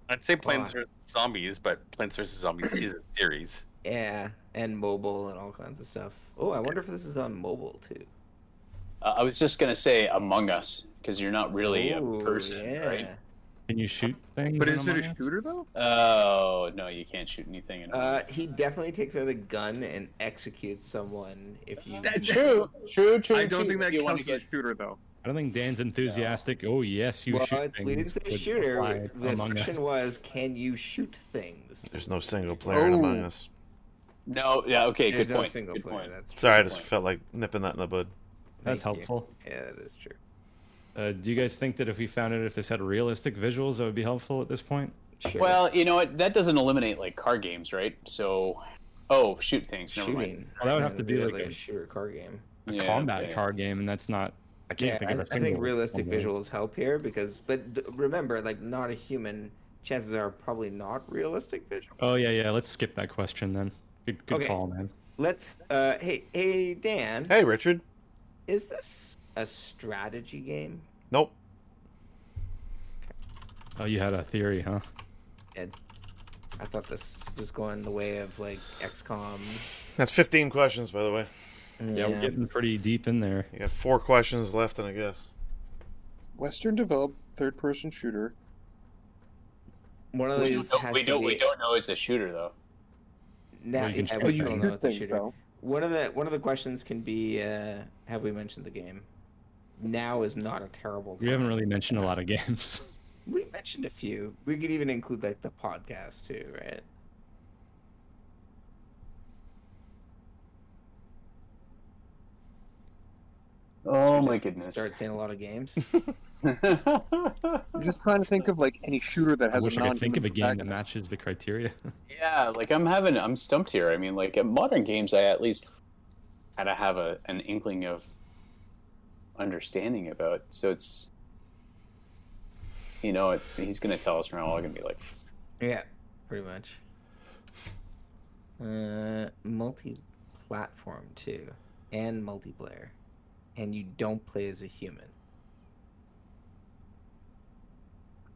Speaker 4: I'd say
Speaker 6: Plants
Speaker 4: Plants vs. Zombies, but Plants vs. Zombies is a series.
Speaker 6: Yeah, and mobile and all kinds of stuff. Oh, I wonder if this is on mobile too.
Speaker 3: Uh, I was just gonna say Among Us because you're not really
Speaker 6: Ooh,
Speaker 3: a person,
Speaker 6: yeah.
Speaker 3: right?
Speaker 1: Can you shoot things?
Speaker 7: But
Speaker 1: in
Speaker 7: is it a
Speaker 1: Among Us?
Speaker 7: shooter though?
Speaker 3: Oh no, you can't shoot anything. In
Speaker 6: Uh,
Speaker 3: Among Us.
Speaker 6: he definitely takes out a gun and executes someone if you.
Speaker 7: That's
Speaker 3: true, true, true.
Speaker 7: I don't
Speaker 3: true.
Speaker 7: think that
Speaker 3: you want
Speaker 7: counts
Speaker 3: to
Speaker 7: as
Speaker 3: get
Speaker 7: a shooter though.
Speaker 1: I don't think Dan's enthusiastic. Oh yes, you
Speaker 6: well,
Speaker 1: shoot
Speaker 6: it's,
Speaker 1: things.
Speaker 6: we didn't say
Speaker 1: would apply
Speaker 6: shooter. The
Speaker 1: Among Us.
Speaker 6: question was, can you shoot things?
Speaker 5: There's no single player in
Speaker 7: Oh.
Speaker 5: Among Us.
Speaker 3: no. Yeah, okay,
Speaker 6: There's
Speaker 3: good
Speaker 6: no
Speaker 3: point.
Speaker 6: single
Speaker 3: good
Speaker 6: player.
Speaker 3: point.
Speaker 6: That's true.
Speaker 5: Sorry, I just felt like nipping that in the bud.
Speaker 1: That's
Speaker 6: Thank you.
Speaker 1: helpful.
Speaker 6: Yeah, that is true.
Speaker 1: Uh, do you guys think that if we found out if this had realistic visuals, that would be helpful at this point?
Speaker 6: Sure.
Speaker 3: Well, you know what? That doesn't eliminate like car games, right? So, oh, shoot things. Never mind.
Speaker 6: shooting.
Speaker 1: Well, that would have
Speaker 6: Yeah,
Speaker 1: to
Speaker 6: it'd
Speaker 1: be
Speaker 6: a-
Speaker 1: like a-
Speaker 6: shooter car game.
Speaker 1: A
Speaker 3: Yeah,
Speaker 1: combat
Speaker 3: okay.
Speaker 1: card game, and that's not. I can't
Speaker 6: yeah,
Speaker 1: think of
Speaker 6: I,
Speaker 1: a
Speaker 6: I think
Speaker 1: single
Speaker 6: realistic
Speaker 1: one.
Speaker 6: visuals help here because, but d- remember, like not a human. Chances are probably not realistic visual.
Speaker 1: Oh yeah, yeah. Let's skip that question then. Good, good
Speaker 6: Okay.
Speaker 1: call, man.
Speaker 6: Let's. Uh, hey, hey, Dan,
Speaker 5: Hey, Richard.
Speaker 6: is this a strategy game?
Speaker 5: Nope.
Speaker 1: Oh, you had a theory, huh?
Speaker 6: Ed, I thought this was going the way of like XCOM.
Speaker 5: That's 15 questions, by the way.
Speaker 1: Yeah, we're getting pretty deep in there.
Speaker 5: You got four questions left, and I guess.
Speaker 7: Western developed third-person shooter.
Speaker 6: one of
Speaker 3: We
Speaker 6: these
Speaker 3: don't,
Speaker 6: has
Speaker 3: we,
Speaker 6: to
Speaker 3: don't,
Speaker 6: be.
Speaker 3: we don't know it's a shooter though.
Speaker 6: Nah,
Speaker 1: We can
Speaker 6: yeah,
Speaker 1: shoot
Speaker 6: we
Speaker 1: things.
Speaker 6: still
Speaker 1: Oh,
Speaker 6: don't
Speaker 1: you
Speaker 6: know it's a shooter.
Speaker 7: though.
Speaker 6: One of the one of the questions can be: uh, Have we mentioned the game? Now is not a terrible.
Speaker 1: We haven't really mentioned a lot of games.
Speaker 6: We mentioned a few. We could even include like the podcast too, right?
Speaker 3: Oh my
Speaker 6: Start saying a lot of games.
Speaker 7: I'm just trying to think of like any shooter that
Speaker 1: I
Speaker 7: has
Speaker 1: wish
Speaker 7: a
Speaker 1: I
Speaker 7: non
Speaker 1: could think of a game that matches the criteria.
Speaker 3: yeah, like I'm having, I'm stumped here. I mean, like at modern games, I at least kind of have a an inkling of understanding about. So it's, you know, it, he's gonna tell us, and we're all gonna be like,
Speaker 6: yeah, pretty much. Uh, multi-platform too, and multiplayer, and you don't play as a human.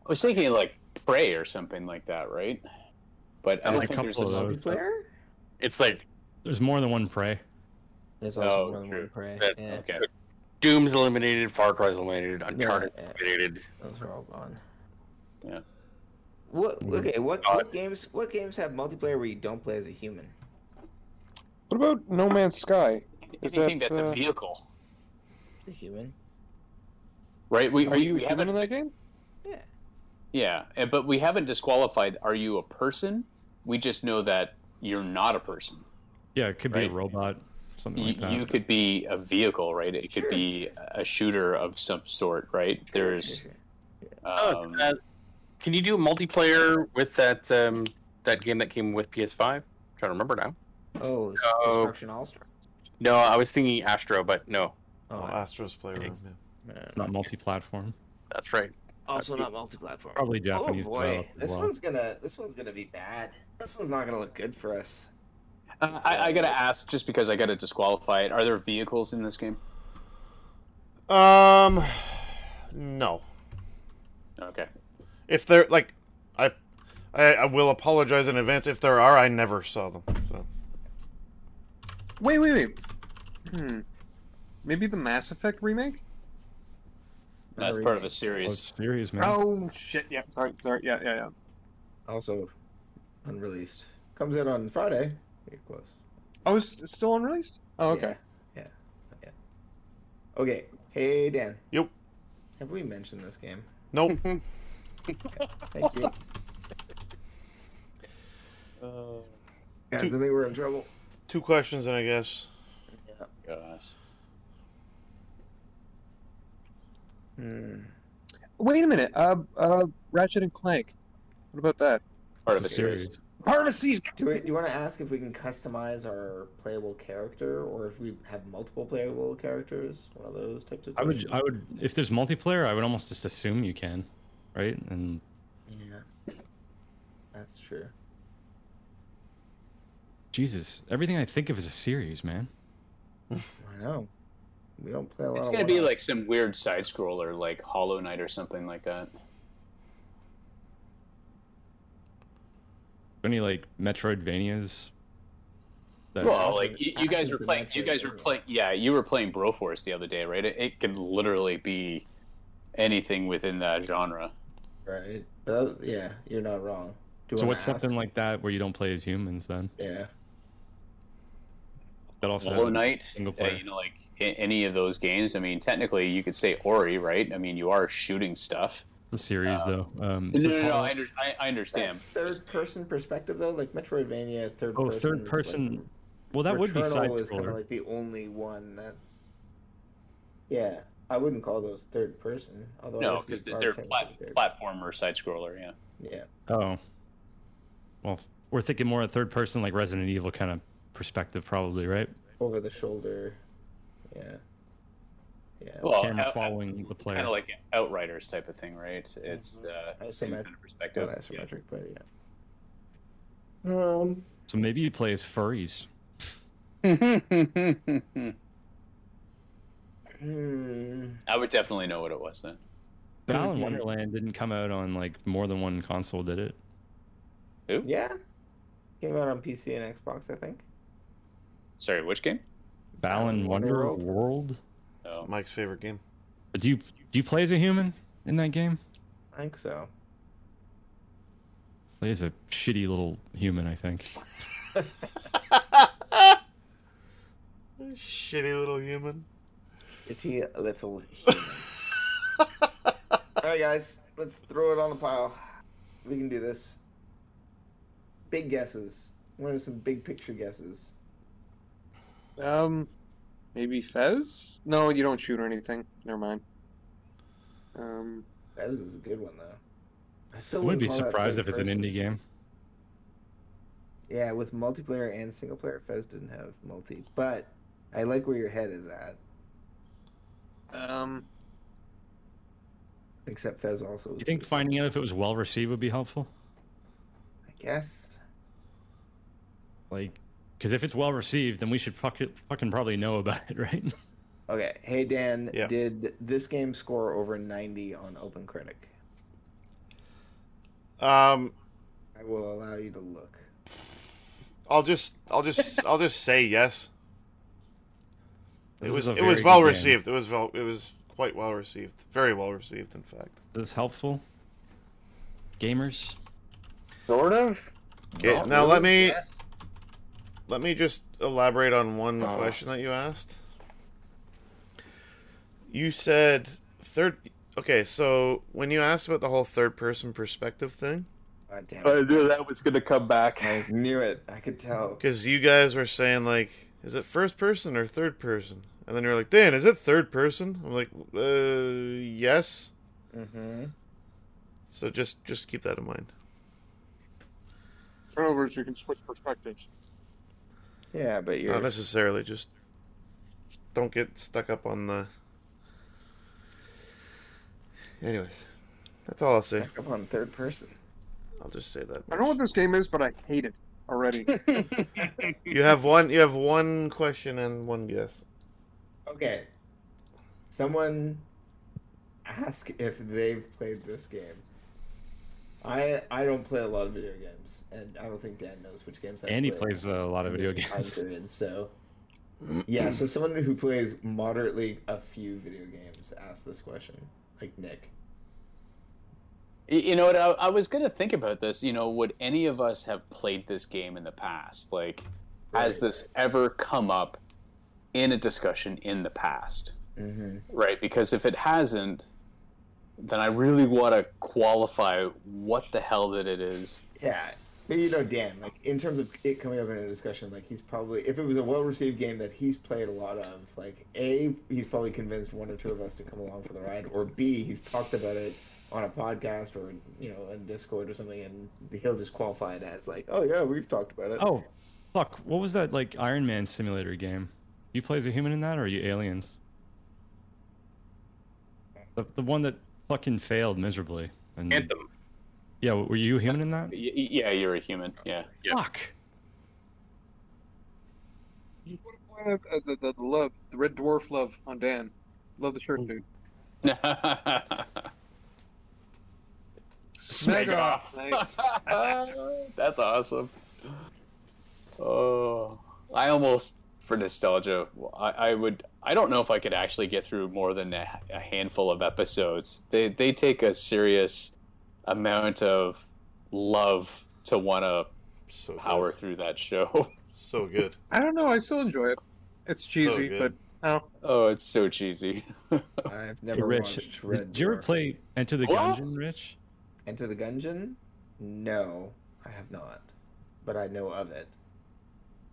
Speaker 3: I was thinking like Prey or something like that, right? But I
Speaker 1: Yeah,
Speaker 3: don't
Speaker 1: a
Speaker 3: think there's
Speaker 1: couple
Speaker 3: a
Speaker 1: of those.
Speaker 6: Multiplayer?
Speaker 4: It's like
Speaker 1: There's more than one prey.
Speaker 6: There's also
Speaker 3: Oh,
Speaker 6: more than
Speaker 3: true.
Speaker 6: one prey.
Speaker 4: That-
Speaker 6: yeah,
Speaker 3: Okay.
Speaker 4: Doom's eliminated, Far Cry's eliminated, Uncharted
Speaker 6: yeah.
Speaker 4: eliminated.
Speaker 6: those are all gone.
Speaker 3: Yeah.
Speaker 6: What?
Speaker 1: Mm.
Speaker 6: Okay. What,
Speaker 4: Uh,
Speaker 6: what games? What games have multiplayer where you don't play as a human?
Speaker 7: What about No Man's Sky? Is
Speaker 3: anything
Speaker 7: that,
Speaker 3: that's
Speaker 7: uh,
Speaker 3: a vehicle,
Speaker 6: The human.
Speaker 3: right? We,
Speaker 7: Are
Speaker 3: we,
Speaker 7: you
Speaker 3: we
Speaker 7: human
Speaker 3: haven't,
Speaker 7: in that game?
Speaker 3: yeah, and- but we haven't disqualified. Are you a person? We just know that you're not a person.
Speaker 1: Yeah, it could
Speaker 3: Right.
Speaker 1: be a robot, something
Speaker 3: you,
Speaker 1: like that.
Speaker 3: you could be a vehicle, right? It could
Speaker 6: Sure.
Speaker 3: be a shooter of some sort, right? There's
Speaker 6: Sure, sure, sure.
Speaker 4: Oh,
Speaker 3: um,
Speaker 4: uh, can you do multiplayer with that um, that game that came with PS5? trying to remember now.
Speaker 6: Oh, it's
Speaker 4: Oh.
Speaker 6: Destruction All Star.
Speaker 4: No, I was thinking Astro, but no,
Speaker 5: Oh,
Speaker 6: Oh,
Speaker 5: Astros player.
Speaker 4: Okay.
Speaker 5: room, yeah.
Speaker 6: man.
Speaker 1: It's not multi-platform.
Speaker 4: that's right.
Speaker 9: Also not multi-platform.
Speaker 1: Probably Japanese
Speaker 9: oh boy,
Speaker 1: developed as
Speaker 9: this
Speaker 1: well.
Speaker 9: one's gonna this one's gonna be bad. This one's not gonna look good for us.
Speaker 3: Uh, I, I gotta ask, just because I gotta disqualify it. Are there vehicles in this game?
Speaker 5: Um, no.
Speaker 3: Okay.
Speaker 5: If there, like, I, I, I will apologize in advance if there are. I never saw them. So
Speaker 7: Wait, wait, wait. Hmm. Maybe the Mass Effect remake?
Speaker 3: That's part of a series.
Speaker 1: Oh, serious man.
Speaker 7: Oh shit! Yeah, sorry, sorry. Yeah, yeah, yeah.
Speaker 6: Also unreleased. Comes out on Friday. You're close.
Speaker 7: Oh, it's it's still unreleased. Oh, okay.
Speaker 6: Yeah. Yeah. Not yet. Okay. Hey Dan.
Speaker 5: Yep.
Speaker 6: Have we mentioned this game?
Speaker 5: nope.
Speaker 6: Thank you.
Speaker 3: Uh,
Speaker 6: Guys, I think we're in trouble.
Speaker 5: Two questions, and I guess.
Speaker 3: Gosh.
Speaker 6: Hmm.
Speaker 7: Wait a minute. Uh, uh, Ratchet and Clank. What about that?
Speaker 3: Part
Speaker 1: It's
Speaker 3: of
Speaker 1: a
Speaker 3: a series.
Speaker 1: series.
Speaker 7: Part of a siege.
Speaker 6: Do, we, do you want to ask if we can customize our playable character, or if we have multiple playable characters? One of those types of.
Speaker 1: I would,
Speaker 6: questions?
Speaker 1: I would. If there's multiplayer, I would almost just assume you can, right? And
Speaker 6: Yeah. That's true.
Speaker 1: Jesus, everything I think of is a series, man.
Speaker 6: I know. We don't play a lot.
Speaker 3: It's
Speaker 6: of
Speaker 3: gonna be
Speaker 6: one-off.
Speaker 3: like some weird side scroller, like Hollow Knight or something like that.
Speaker 1: Any like Metroidvanias? That,
Speaker 3: Well,
Speaker 6: Actually-
Speaker 3: like you, you guys
Speaker 6: actually
Speaker 3: were
Speaker 6: could
Speaker 3: playing,
Speaker 6: match
Speaker 3: you
Speaker 6: it
Speaker 3: guys were
Speaker 6: anyway.
Speaker 3: playing, yeah, you were playing Broforce the other day, right? It, it could literally be anything within that genre.
Speaker 6: right. That- yeah, you're not wrong. Do you
Speaker 1: so
Speaker 6: wanna
Speaker 1: what's
Speaker 6: ask?
Speaker 1: something like that where you don't play as humans then?
Speaker 6: Yeah.
Speaker 1: That also has
Speaker 3: Hollow
Speaker 1: a
Speaker 3: Knight,
Speaker 1: single
Speaker 3: uh,
Speaker 1: player.
Speaker 3: you know, like a- any of those games. I mean, technically, you could say Ori, right? I mean, you are shooting stuff.
Speaker 1: It's a series though. Um,
Speaker 3: No,
Speaker 1: does
Speaker 3: no, no,
Speaker 1: Hollow-
Speaker 3: I, under, I, I understand.
Speaker 6: Third person perspective though, like Metroidvania, third
Speaker 1: Oh,
Speaker 6: person.
Speaker 1: third
Speaker 6: is,
Speaker 1: person.
Speaker 6: Like,
Speaker 1: well, that would be
Speaker 6: Returnal
Speaker 1: side
Speaker 6: is kind of
Speaker 1: scroller.
Speaker 6: like the only one that. Yeah, I wouldn't call those third person. Although I
Speaker 3: No,
Speaker 6: guess you
Speaker 3: because
Speaker 6: are
Speaker 3: they're
Speaker 6: technically
Speaker 3: plat-
Speaker 6: third.
Speaker 3: platformer side scroller. Yeah.
Speaker 6: Yeah.
Speaker 1: Oh. Well, we're thinking more of third person, like Resident Evil kind of perspective, probably, right?
Speaker 6: over the shoulder. Yeah. Yeah.
Speaker 3: Well,
Speaker 1: Camera
Speaker 3: out-
Speaker 1: following the player.
Speaker 3: kind of like Outriders type of thing, right? It's uh,
Speaker 6: Isometric-
Speaker 3: same kind of
Speaker 6: not
Speaker 3: perspective. Yeah.
Speaker 6: isometric, but yeah. Um,
Speaker 1: so maybe you play as furries.
Speaker 3: I
Speaker 6: hmm,
Speaker 3: would definitely know what it was then.
Speaker 1: But Alan Wonderland didn't come out on like more than one console, did it?
Speaker 6: yeah. Came out on PC and Xbox, I think.
Speaker 3: Sorry, which game?
Speaker 1: Balan
Speaker 6: Balan
Speaker 1: Wonder
Speaker 6: Wonderworld.
Speaker 1: World.
Speaker 3: Oh,
Speaker 5: Mike's favorite game.
Speaker 1: Do you do you play as a human in that game?
Speaker 6: I think so.
Speaker 1: Play as a shitty little human, I think.
Speaker 5: Shitty little human.
Speaker 6: Itty little human. All right, guys, let's throw it on the pile. We can do this. Big guesses. What are some big picture guesses?
Speaker 7: Um, maybe Fez. No, you don't shoot or anything. Never mind. Um,
Speaker 6: That is a good one, though. I
Speaker 1: I
Speaker 6: still
Speaker 1: wouldn't be
Speaker 6: call that
Speaker 1: surprised
Speaker 6: third
Speaker 1: if it's an
Speaker 6: person.
Speaker 1: indie game.
Speaker 6: Yeah, with multiplayer and single player, Fez didn't have multi, but I like where your head is at.
Speaker 7: um,
Speaker 6: Except Fez also.
Speaker 1: Do you think finding out if it was well received would be helpful?
Speaker 6: I guess.
Speaker 1: Like, because if it's well received, then we should fuck it, fucking probably know about it, right?
Speaker 6: Okay. Hey Dan,
Speaker 5: Yeah.
Speaker 6: did this game score over ninety on Open Critic?
Speaker 5: Um,
Speaker 6: I will allow you to look.
Speaker 5: I'll just, I'll just, I'll just say yes. It
Speaker 1: This is
Speaker 5: was,
Speaker 1: a
Speaker 5: it
Speaker 1: very
Speaker 5: was
Speaker 1: good
Speaker 5: well
Speaker 1: game.
Speaker 5: received. It was well, it was quite well received. Very well received, in fact.
Speaker 1: Is this helpful? Gamers?
Speaker 4: Sort of.
Speaker 5: Okay, now let me let me just elaborate on one question that you asked. You said third. Okay, so when you asked about the whole third person perspective thing,
Speaker 6: God damn it!
Speaker 3: knew that was gonna come back.
Speaker 1: Uh,
Speaker 6: I knew it. I could tell.
Speaker 5: because you guys were saying like, is it first person or third person? And then you're like, Dan, is it third person? I'm like, uh, yes.
Speaker 6: Mm-hmm.
Speaker 5: So just just keep that in mind.
Speaker 7: turnovers. You can switch perspectives.
Speaker 6: Yeah, but you're
Speaker 5: Not necessarily. Just don't get stuck up on the. Anyways, That's all I'll say.
Speaker 6: Stack up on third person.
Speaker 5: I'll just say that.
Speaker 7: I don't know what this game is, but I hate it already.
Speaker 5: You have one. You have one question and one guess.
Speaker 6: Okay. Someone ask if they've played this game. I I don't play a lot of video games, and I don't think Dan knows which games I
Speaker 1: Andy
Speaker 6: play
Speaker 1: plays a lot of
Speaker 6: in
Speaker 1: video
Speaker 6: this time
Speaker 1: games.
Speaker 6: period, so yeah, so someone who plays moderately a few video games asked this question, like Nick.
Speaker 3: Y- You know what? I, I was gonna think about this. You know, would any of us have played this game in the past? Like, has this ever come up in a discussion in the past?
Speaker 6: Mm-hmm.
Speaker 3: Right? Because if it hasn't, then I really want to qualify what the hell that it is.
Speaker 6: Yeah, but you know Dan, like in terms of it coming up in a discussion, like he's probably if it was a well received game that he's played a lot of, like a he's probably convinced one or two of us to come along for the ride, or b he's talked about it on a podcast or you know in Discord or something, and he'll just qualify it as like, oh yeah, we've talked about it.
Speaker 1: Oh, fuck! What was that like Iron Man simulator game? You play as a human in that, or are you aliens? The, the one that fucking failed miserably. And
Speaker 4: Anthem.
Speaker 1: yeah, were you human in that?
Speaker 3: Y- y- yeah, you're a human. Yeah.
Speaker 4: Yeah.
Speaker 1: Fuck.
Speaker 7: You wanna point at the, the, the love, the red dwarf love on Dan. Love the shirt, dude.
Speaker 3: Snag off.
Speaker 7: Nice.
Speaker 3: That's awesome. Oh, I almost for nostalgia. I, I would. I don't know if I could actually get through more than a, a handful of episodes. They they take a serious amount of love to want to
Speaker 5: So good.
Speaker 3: power through that show.
Speaker 5: So good.
Speaker 7: I don't know. I still enjoy it. It's cheesy,
Speaker 5: good.
Speaker 7: but I don't.
Speaker 3: Oh, it's so cheesy.
Speaker 6: I've
Speaker 1: Hey,
Speaker 6: never
Speaker 1: Rich,
Speaker 6: watched Red.
Speaker 1: did you ever
Speaker 6: Dwarf.
Speaker 1: play Enter the
Speaker 3: What?
Speaker 1: Gungeon, Rich?
Speaker 6: Enter the Gungeon? No, I have not, but I know of it.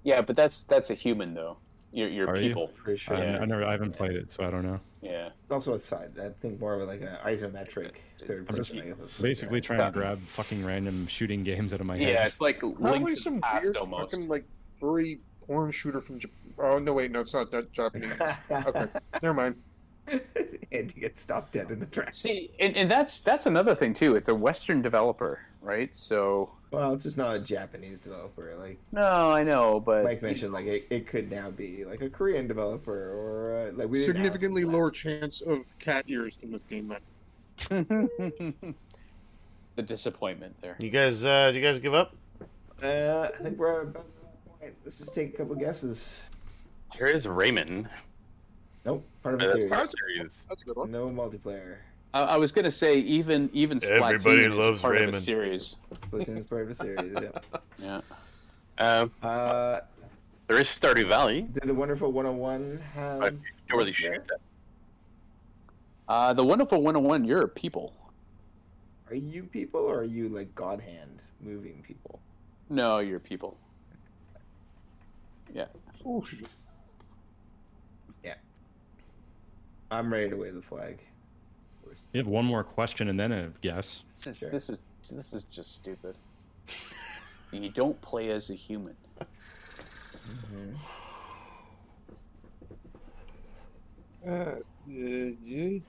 Speaker 3: yeah, but that's that's a human though. You're, you're
Speaker 1: Are you?
Speaker 3: people.
Speaker 6: Pretty sure.
Speaker 1: I,
Speaker 3: Yeah.
Speaker 1: Uh, I never, I haven't played it, so I don't know.
Speaker 3: Yeah.
Speaker 6: It's also a size. I think more of a, like an isometric third
Speaker 1: I'm just
Speaker 6: person. I guess that's-
Speaker 1: Basically,
Speaker 6: yeah.
Speaker 1: trying to grab fucking random shooting games out of my head.
Speaker 3: Yeah, it's like
Speaker 7: Probably
Speaker 3: links
Speaker 7: some
Speaker 3: some past
Speaker 7: weird
Speaker 3: almost.
Speaker 7: fucking like furry porn shooter from Japan. Oh no, wait, no, it's not that Japanese. okay, never mind.
Speaker 6: and you get stopped dead in the tracks.
Speaker 3: See, and, and that's that's another thing too. It's a Western developer, right? So
Speaker 6: Well, it's just not a Japanese developer. Like
Speaker 3: no, I know, but
Speaker 6: Mike mentioned, like it, it could now be like a Korean developer or uh, like we didn't ask
Speaker 7: Significantly
Speaker 6: him
Speaker 7: lower chance of cat ears in this game. Then.
Speaker 3: the disappointment there.
Speaker 5: You guys, uh, you guys give up?
Speaker 6: that. Uh, I think we're about to that point. Let's just take a couple guesses.
Speaker 4: Here is Raymond.
Speaker 6: Nope, part of
Speaker 4: Uh,
Speaker 6: a series.
Speaker 7: that's-
Speaker 4: series.
Speaker 7: That's a good one.
Speaker 6: No multiplayer.
Speaker 3: I, I was gonna say even even Splatoon
Speaker 5: Everybody
Speaker 3: is
Speaker 5: loves
Speaker 3: part of a
Speaker 5: Raymond.
Speaker 3: series.
Speaker 6: Splatoon's part of a series. Yep.
Speaker 3: Yeah.
Speaker 4: Uh,
Speaker 6: Uh,
Speaker 4: there is Stardew Valley.
Speaker 6: did the Wonderful 101 have?
Speaker 4: I don't really shoot that.
Speaker 3: Uh, the Wonderful 101, you're a people.
Speaker 6: Are you people or are you like God hand moving people?
Speaker 3: No, you're people.
Speaker 7: Oh, shit.
Speaker 6: I'm ready to wave the flag.
Speaker 1: You have one more question and then a guess.
Speaker 3: This is
Speaker 6: Sure.
Speaker 3: this is this is just stupid. you don't play as a human.
Speaker 6: Mm-hmm.
Speaker 7: Uh, yeah.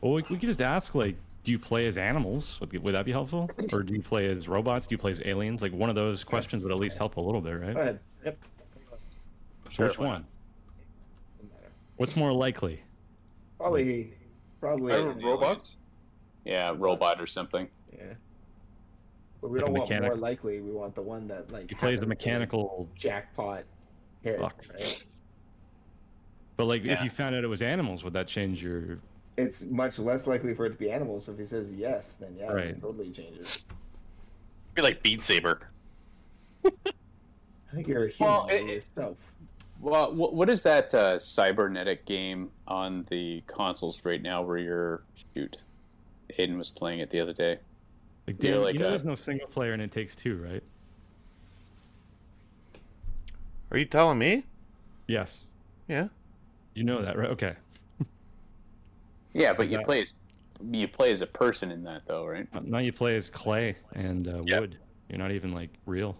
Speaker 1: Well, we, we could just ask like, do you play as animals? Would, would that be helpful? Or do you play as robots? Do you play as aliens? Like one of those questions would at least help a little bit,
Speaker 6: Go
Speaker 1: right?
Speaker 6: ahead. Yep.
Speaker 1: So which one?
Speaker 6: Doesn't matter.
Speaker 1: What's more likely?
Speaker 6: Probably, probably.
Speaker 7: I don't know, robots.
Speaker 3: Yeah, robot or something.
Speaker 6: Yeah. But we
Speaker 1: Like a
Speaker 6: don't want
Speaker 1: mechanic.
Speaker 6: more likely. We want the one that like
Speaker 1: You play as a
Speaker 6: happens to, like,
Speaker 1: mechanical,
Speaker 6: jackpot hit.
Speaker 1: Fuck.
Speaker 6: right?
Speaker 1: but like if
Speaker 3: Yeah.
Speaker 1: you found out it was animals, would that change your?
Speaker 6: It's much less likely for it to be animals. So if he says yes, then yeah,
Speaker 1: Right.
Speaker 6: it totally changes.
Speaker 4: Be like Beat Saber.
Speaker 6: I think you're a human
Speaker 3: Well, it- it-
Speaker 6: yourself.
Speaker 3: Well, wh- what is that uh, cybernetic game on the consoles right now where you're shoot? Aiden was playing it the other day.
Speaker 1: Like,
Speaker 3: Yeah,
Speaker 1: Dan,
Speaker 3: like
Speaker 1: you know,
Speaker 3: a-
Speaker 1: there's no single player and it takes two, right?
Speaker 5: Are you telling me?
Speaker 1: Yes.
Speaker 5: Yeah.
Speaker 1: You know that, right? Okay.
Speaker 3: Yeah, but
Speaker 1: Is
Speaker 3: you
Speaker 1: that-
Speaker 3: play as you play as a person in that though, right?
Speaker 1: Now you play as clay and uh,
Speaker 4: Yep.
Speaker 1: wood. You're not even like real.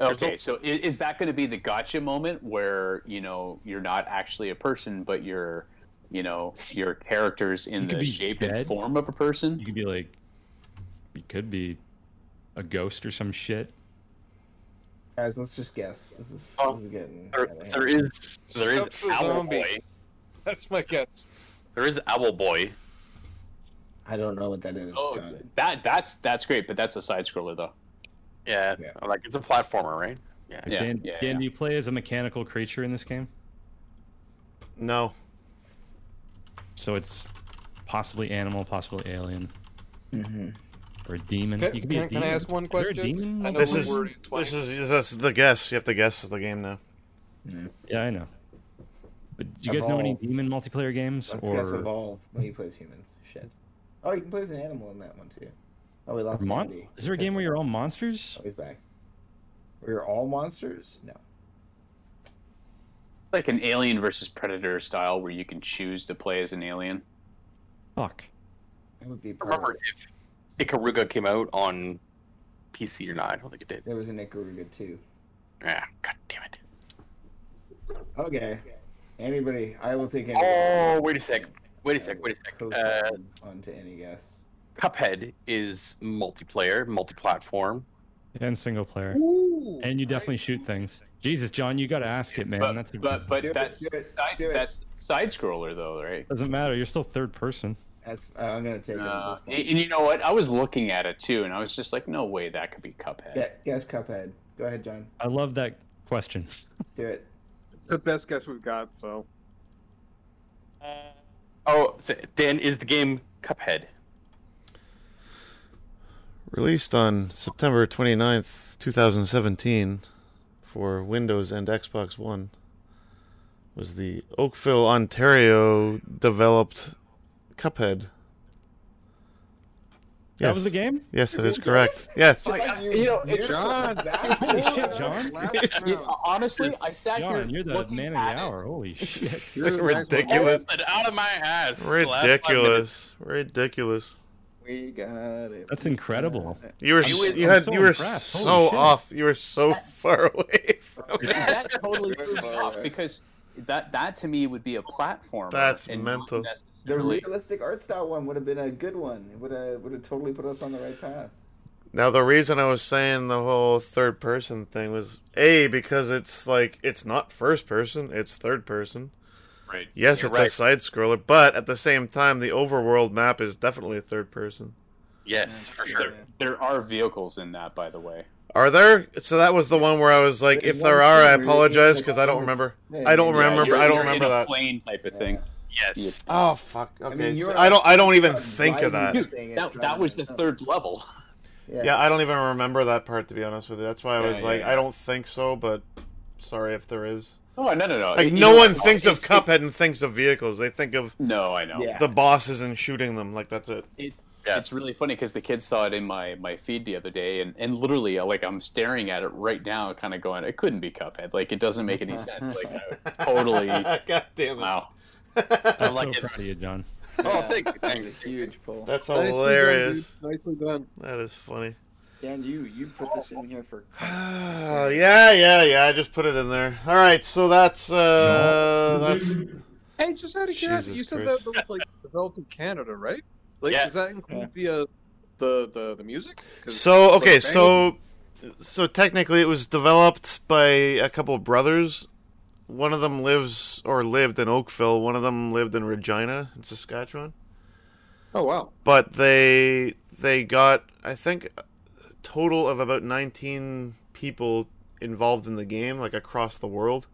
Speaker 3: Okay, so is, is that going to be the gotcha moment where you know you're not actually a person, but you're you know your characters in
Speaker 1: You could
Speaker 3: the
Speaker 1: be
Speaker 3: shape and
Speaker 1: dead.
Speaker 3: form of a person?
Speaker 1: You could be like You could be a ghost or some shit.
Speaker 6: Guys, let's just guess. This is,
Speaker 4: Oh,
Speaker 6: this is getting.
Speaker 4: There, there is there is
Speaker 7: Stuff the
Speaker 4: Owl
Speaker 7: zombie.
Speaker 4: Boy.
Speaker 7: That's my guess.
Speaker 4: There is Owl Boy.
Speaker 6: I don't know what that is.
Speaker 3: Oh,
Speaker 6: John.
Speaker 3: that that's that's great, but that's a side scroller though.
Speaker 4: Yeah,
Speaker 6: Yeah.
Speaker 4: like it's a platformer, right? Yeah.
Speaker 3: Yeah,
Speaker 1: Dan,
Speaker 3: yeah,
Speaker 1: Dan
Speaker 3: yeah.
Speaker 1: do you play as a mechanical creature in this game?
Speaker 5: No.
Speaker 1: So it's possibly animal, possibly alien,
Speaker 6: Mm-hmm.
Speaker 1: or a demon.
Speaker 7: Can,
Speaker 1: you could be a
Speaker 7: can- can I
Speaker 1: demon.
Speaker 7: ask one
Speaker 1: Is there a
Speaker 7: question?
Speaker 1: demon
Speaker 7: I
Speaker 1: involved?
Speaker 7: know
Speaker 5: This
Speaker 7: we
Speaker 5: is-
Speaker 7: were in
Speaker 5: This
Speaker 7: 20.
Speaker 5: is that's the guess. You have to guess the game now.
Speaker 1: Yeah, I know. But do you guys know any
Speaker 6: Evolve.
Speaker 1: demon multiplayer games?
Speaker 6: Let's guess
Speaker 1: or
Speaker 6: evolve when you play as humans. Shit. Oh, you can play as an animal in that one too. Oh, we
Speaker 1: or
Speaker 6: lost
Speaker 1: mon-
Speaker 6: Andy.
Speaker 1: is there a game where you're all monsters?
Speaker 6: Oh, he's back. We're all monsters? No.
Speaker 3: Like an alien versus predator style, where you can choose to play as an alien.
Speaker 1: Fuck.
Speaker 6: That would be.
Speaker 4: I don't remember
Speaker 6: perfect.
Speaker 4: if Ikaruga came out on PC or not. I don't think it did.
Speaker 6: There was an Ikaruga too.
Speaker 4: Yeah. God damn it.
Speaker 6: Okay. Anybody? I will take any.
Speaker 4: Oh, wait a sec. Wait a sec. Wait a sec.
Speaker 6: Coach
Speaker 4: Uh,
Speaker 6: on- onto any guess.
Speaker 4: Cuphead is multiplayer, multi-platform.
Speaker 1: And single player.
Speaker 7: Ooh,
Speaker 1: And you definitely shoot things. Jesus, John, you got to ask it, man.
Speaker 3: but
Speaker 1: That's a,
Speaker 3: but, but
Speaker 6: Do it,
Speaker 3: that's
Speaker 6: do it,
Speaker 3: side,
Speaker 6: do it.
Speaker 3: that's side scroller though, right?
Speaker 1: doesn't matter. You're still third person.
Speaker 6: That's. Uh, I'm gonna take it. At
Speaker 3: Uh,
Speaker 6: this
Speaker 3: and
Speaker 4: e-
Speaker 6: point.
Speaker 3: and you know what? I was looking at it too, and I was just like, no way that could be
Speaker 4: e-
Speaker 3: Cuphead.
Speaker 6: Gu- guess Cuphead. Go ahead, John.
Speaker 1: I love that question.
Speaker 6: Do it.
Speaker 7: It's the best guess we've got, so.
Speaker 4: Oh, so then is the game Cuphead?
Speaker 5: Released on September 29th, 2017 for Windows and Xbox One was the Oakville, Ontario developed Cuphead.
Speaker 1: That was the game?
Speaker 5: Yes, it is correct.
Speaker 4: Oh
Speaker 5: Yes.
Speaker 3: Like, I- you know, it's-
Speaker 7: John!
Speaker 1: Holy shit, John.
Speaker 3: You- honestly, I sat here
Speaker 1: John, you're the
Speaker 3: looking
Speaker 1: man of the
Speaker 3: at
Speaker 1: hour.
Speaker 3: it.
Speaker 1: Holy shit.
Speaker 5: Ridiculous.
Speaker 4: out of my ass.
Speaker 5: Ridiculous. Ridiculous.
Speaker 6: We got it.
Speaker 1: That's incredible.
Speaker 5: You were
Speaker 1: I'm
Speaker 5: s-
Speaker 1: so-
Speaker 5: you
Speaker 1: I'm
Speaker 5: had
Speaker 1: so
Speaker 5: you were
Speaker 1: impressed. Holy
Speaker 5: so
Speaker 1: shit.
Speaker 5: off. You were so far away from
Speaker 3: See, that totally threw me
Speaker 6: Far
Speaker 3: off
Speaker 6: away.
Speaker 3: because that that to me would be a platform.
Speaker 5: That's
Speaker 3: and
Speaker 5: mental.
Speaker 3: Not
Speaker 6: The
Speaker 3: necessarily-
Speaker 6: realistic art style one would have been a good one. It would have would have totally put us on the right path.
Speaker 5: Now the reason I was saying the whole third person thing was a because it's like it's not first person, it's third person.
Speaker 3: Right.
Speaker 5: Yes,
Speaker 4: You're
Speaker 5: it's a
Speaker 4: right.
Speaker 5: side scroller, but at the same time, the overworld map is definitely a third person.
Speaker 4: Yes, for sure.
Speaker 3: There, there are vehicles in that, by the way.
Speaker 5: Are there? So that was the one where I was like,
Speaker 6: There's
Speaker 5: if there
Speaker 6: one
Speaker 5: are, I
Speaker 6: thing where you're
Speaker 5: apologize
Speaker 6: in,
Speaker 5: because
Speaker 6: like,
Speaker 5: I don't
Speaker 6: on the
Speaker 5: remember.
Speaker 6: thing.
Speaker 5: I don't
Speaker 6: Yeah,
Speaker 5: remember.
Speaker 3: you're-
Speaker 5: I don't
Speaker 3: you're in
Speaker 5: remember
Speaker 3: a
Speaker 5: that.
Speaker 3: plane type of thing.
Speaker 4: Yes.
Speaker 5: Oh fuck. Okay,
Speaker 6: mean,
Speaker 5: so
Speaker 6: you're
Speaker 5: I don't. I don't even
Speaker 6: like
Speaker 5: think of that.
Speaker 6: driving-
Speaker 3: Dude,
Speaker 6: Thing is
Speaker 3: that, that
Speaker 6: driving
Speaker 3: was the
Speaker 6: itself.
Speaker 3: third level.
Speaker 5: Yeah, I don't even remember that part to be honest with you. That's why I
Speaker 3: Yeah,
Speaker 5: was
Speaker 3: yeah,
Speaker 5: like,
Speaker 3: yeah.
Speaker 5: I don't think so, but sorry if there is.
Speaker 3: Oh no no no!
Speaker 5: Like
Speaker 3: You
Speaker 5: no
Speaker 3: know,
Speaker 5: one thinks of
Speaker 3: it's- it-
Speaker 5: Cuphead and thinks of vehicles. They think of
Speaker 3: No, I know.
Speaker 6: Yeah.
Speaker 5: the bosses and shooting them. Like that's it.
Speaker 3: It,
Speaker 4: Yeah.
Speaker 3: It's really funny because the kids saw it in my, my feed the other day, and, and literally, uh, like, I'm staring at it right now, kind of going, it couldn't be Cuphead. Like, it doesn't make any sense. Like, I totally.
Speaker 5: God damn it.
Speaker 3: Wow.
Speaker 1: I'm so
Speaker 4: like it.
Speaker 1: proud of you, John.
Speaker 4: Oh, thank you.
Speaker 6: That
Speaker 4: Thank
Speaker 6: was a
Speaker 4: you.
Speaker 6: huge pull.
Speaker 5: That's
Speaker 7: Nicely done,
Speaker 5: hilarious.
Speaker 7: dude. Nicely done.
Speaker 5: That is funny.
Speaker 6: Dan, you you put this in here for.
Speaker 5: yeah, yeah, yeah. I just put it in there. All right, so that's uh, that's
Speaker 7: Hey, just out of curiosity,
Speaker 5: Jesus
Speaker 7: you said
Speaker 5: Christ.
Speaker 7: that was like developed in Canada, right? Like,
Speaker 4: Yeah.
Speaker 7: does that include the, uh, the the the music? 'Cause
Speaker 5: so
Speaker 7: the
Speaker 5: okay.
Speaker 7: band-
Speaker 5: So so technically, it was developed by a couple of brothers. One of them lives or lived in Oakville. One of them lived in Regina, in Saskatchewan.
Speaker 7: Oh wow.
Speaker 5: but they they got I think a total of about 19 people involved in the game like across the world.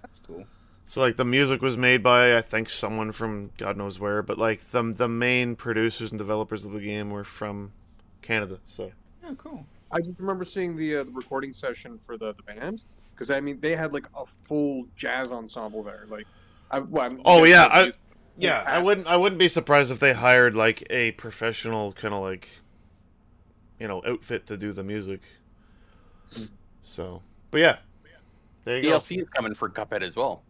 Speaker 6: That's cool.
Speaker 5: So like the music was made by I think someone from God knows where, but like the the main producers and developers of the game were from Canada. So
Speaker 6: Oh, cool.
Speaker 7: I just remember seeing the, uh, the recording session for the the band because I mean they had like a full jazz ensemble there. Like, I, well, I'm,
Speaker 5: Oh, yeah, I-
Speaker 7: like,
Speaker 5: yeah, I
Speaker 7: past-
Speaker 5: wouldn't I wouldn't be surprised if they hired like a professional kind of like you know outfit to do the music. So, but yeah, there you go.
Speaker 4: DLC is coming for Cuphead as well.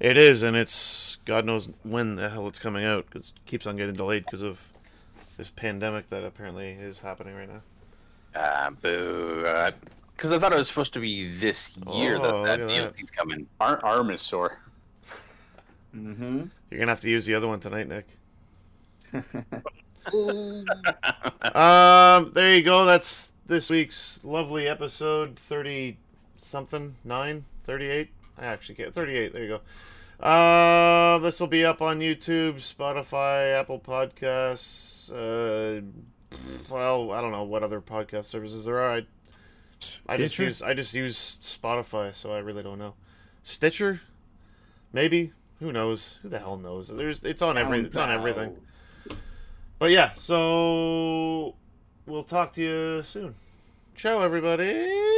Speaker 5: It is, and it's God knows when the hell it's coming out because it keeps on getting delayed because of this pandemic that apparently is happening right now.
Speaker 4: Ah, boo. Because I thought it was supposed to be this year
Speaker 5: Oh,
Speaker 4: that that
Speaker 5: look at that.
Speaker 4: DLC's coming.
Speaker 3: Our arm is sore.
Speaker 6: Mm-hmm.
Speaker 5: Mm-hmm. You're gonna have to use the other one tonight, Nick. Um, there you go. That's this week's lovely episode 30 something, 9, 38. I actually can't. 38. There you go. Uh, this will be up on YouTube, Spotify, Apple Podcasts. Uh, well, I don't know what other podcast services there are. I, I just
Speaker 1: Stitcher?
Speaker 5: use I just use Spotify, so I really don't know. Stitcher, maybe. Who knows? Who the hell knows? There's it's on every it's on everything. But yeah, so we'll talk to you soon. Ciao, everybody.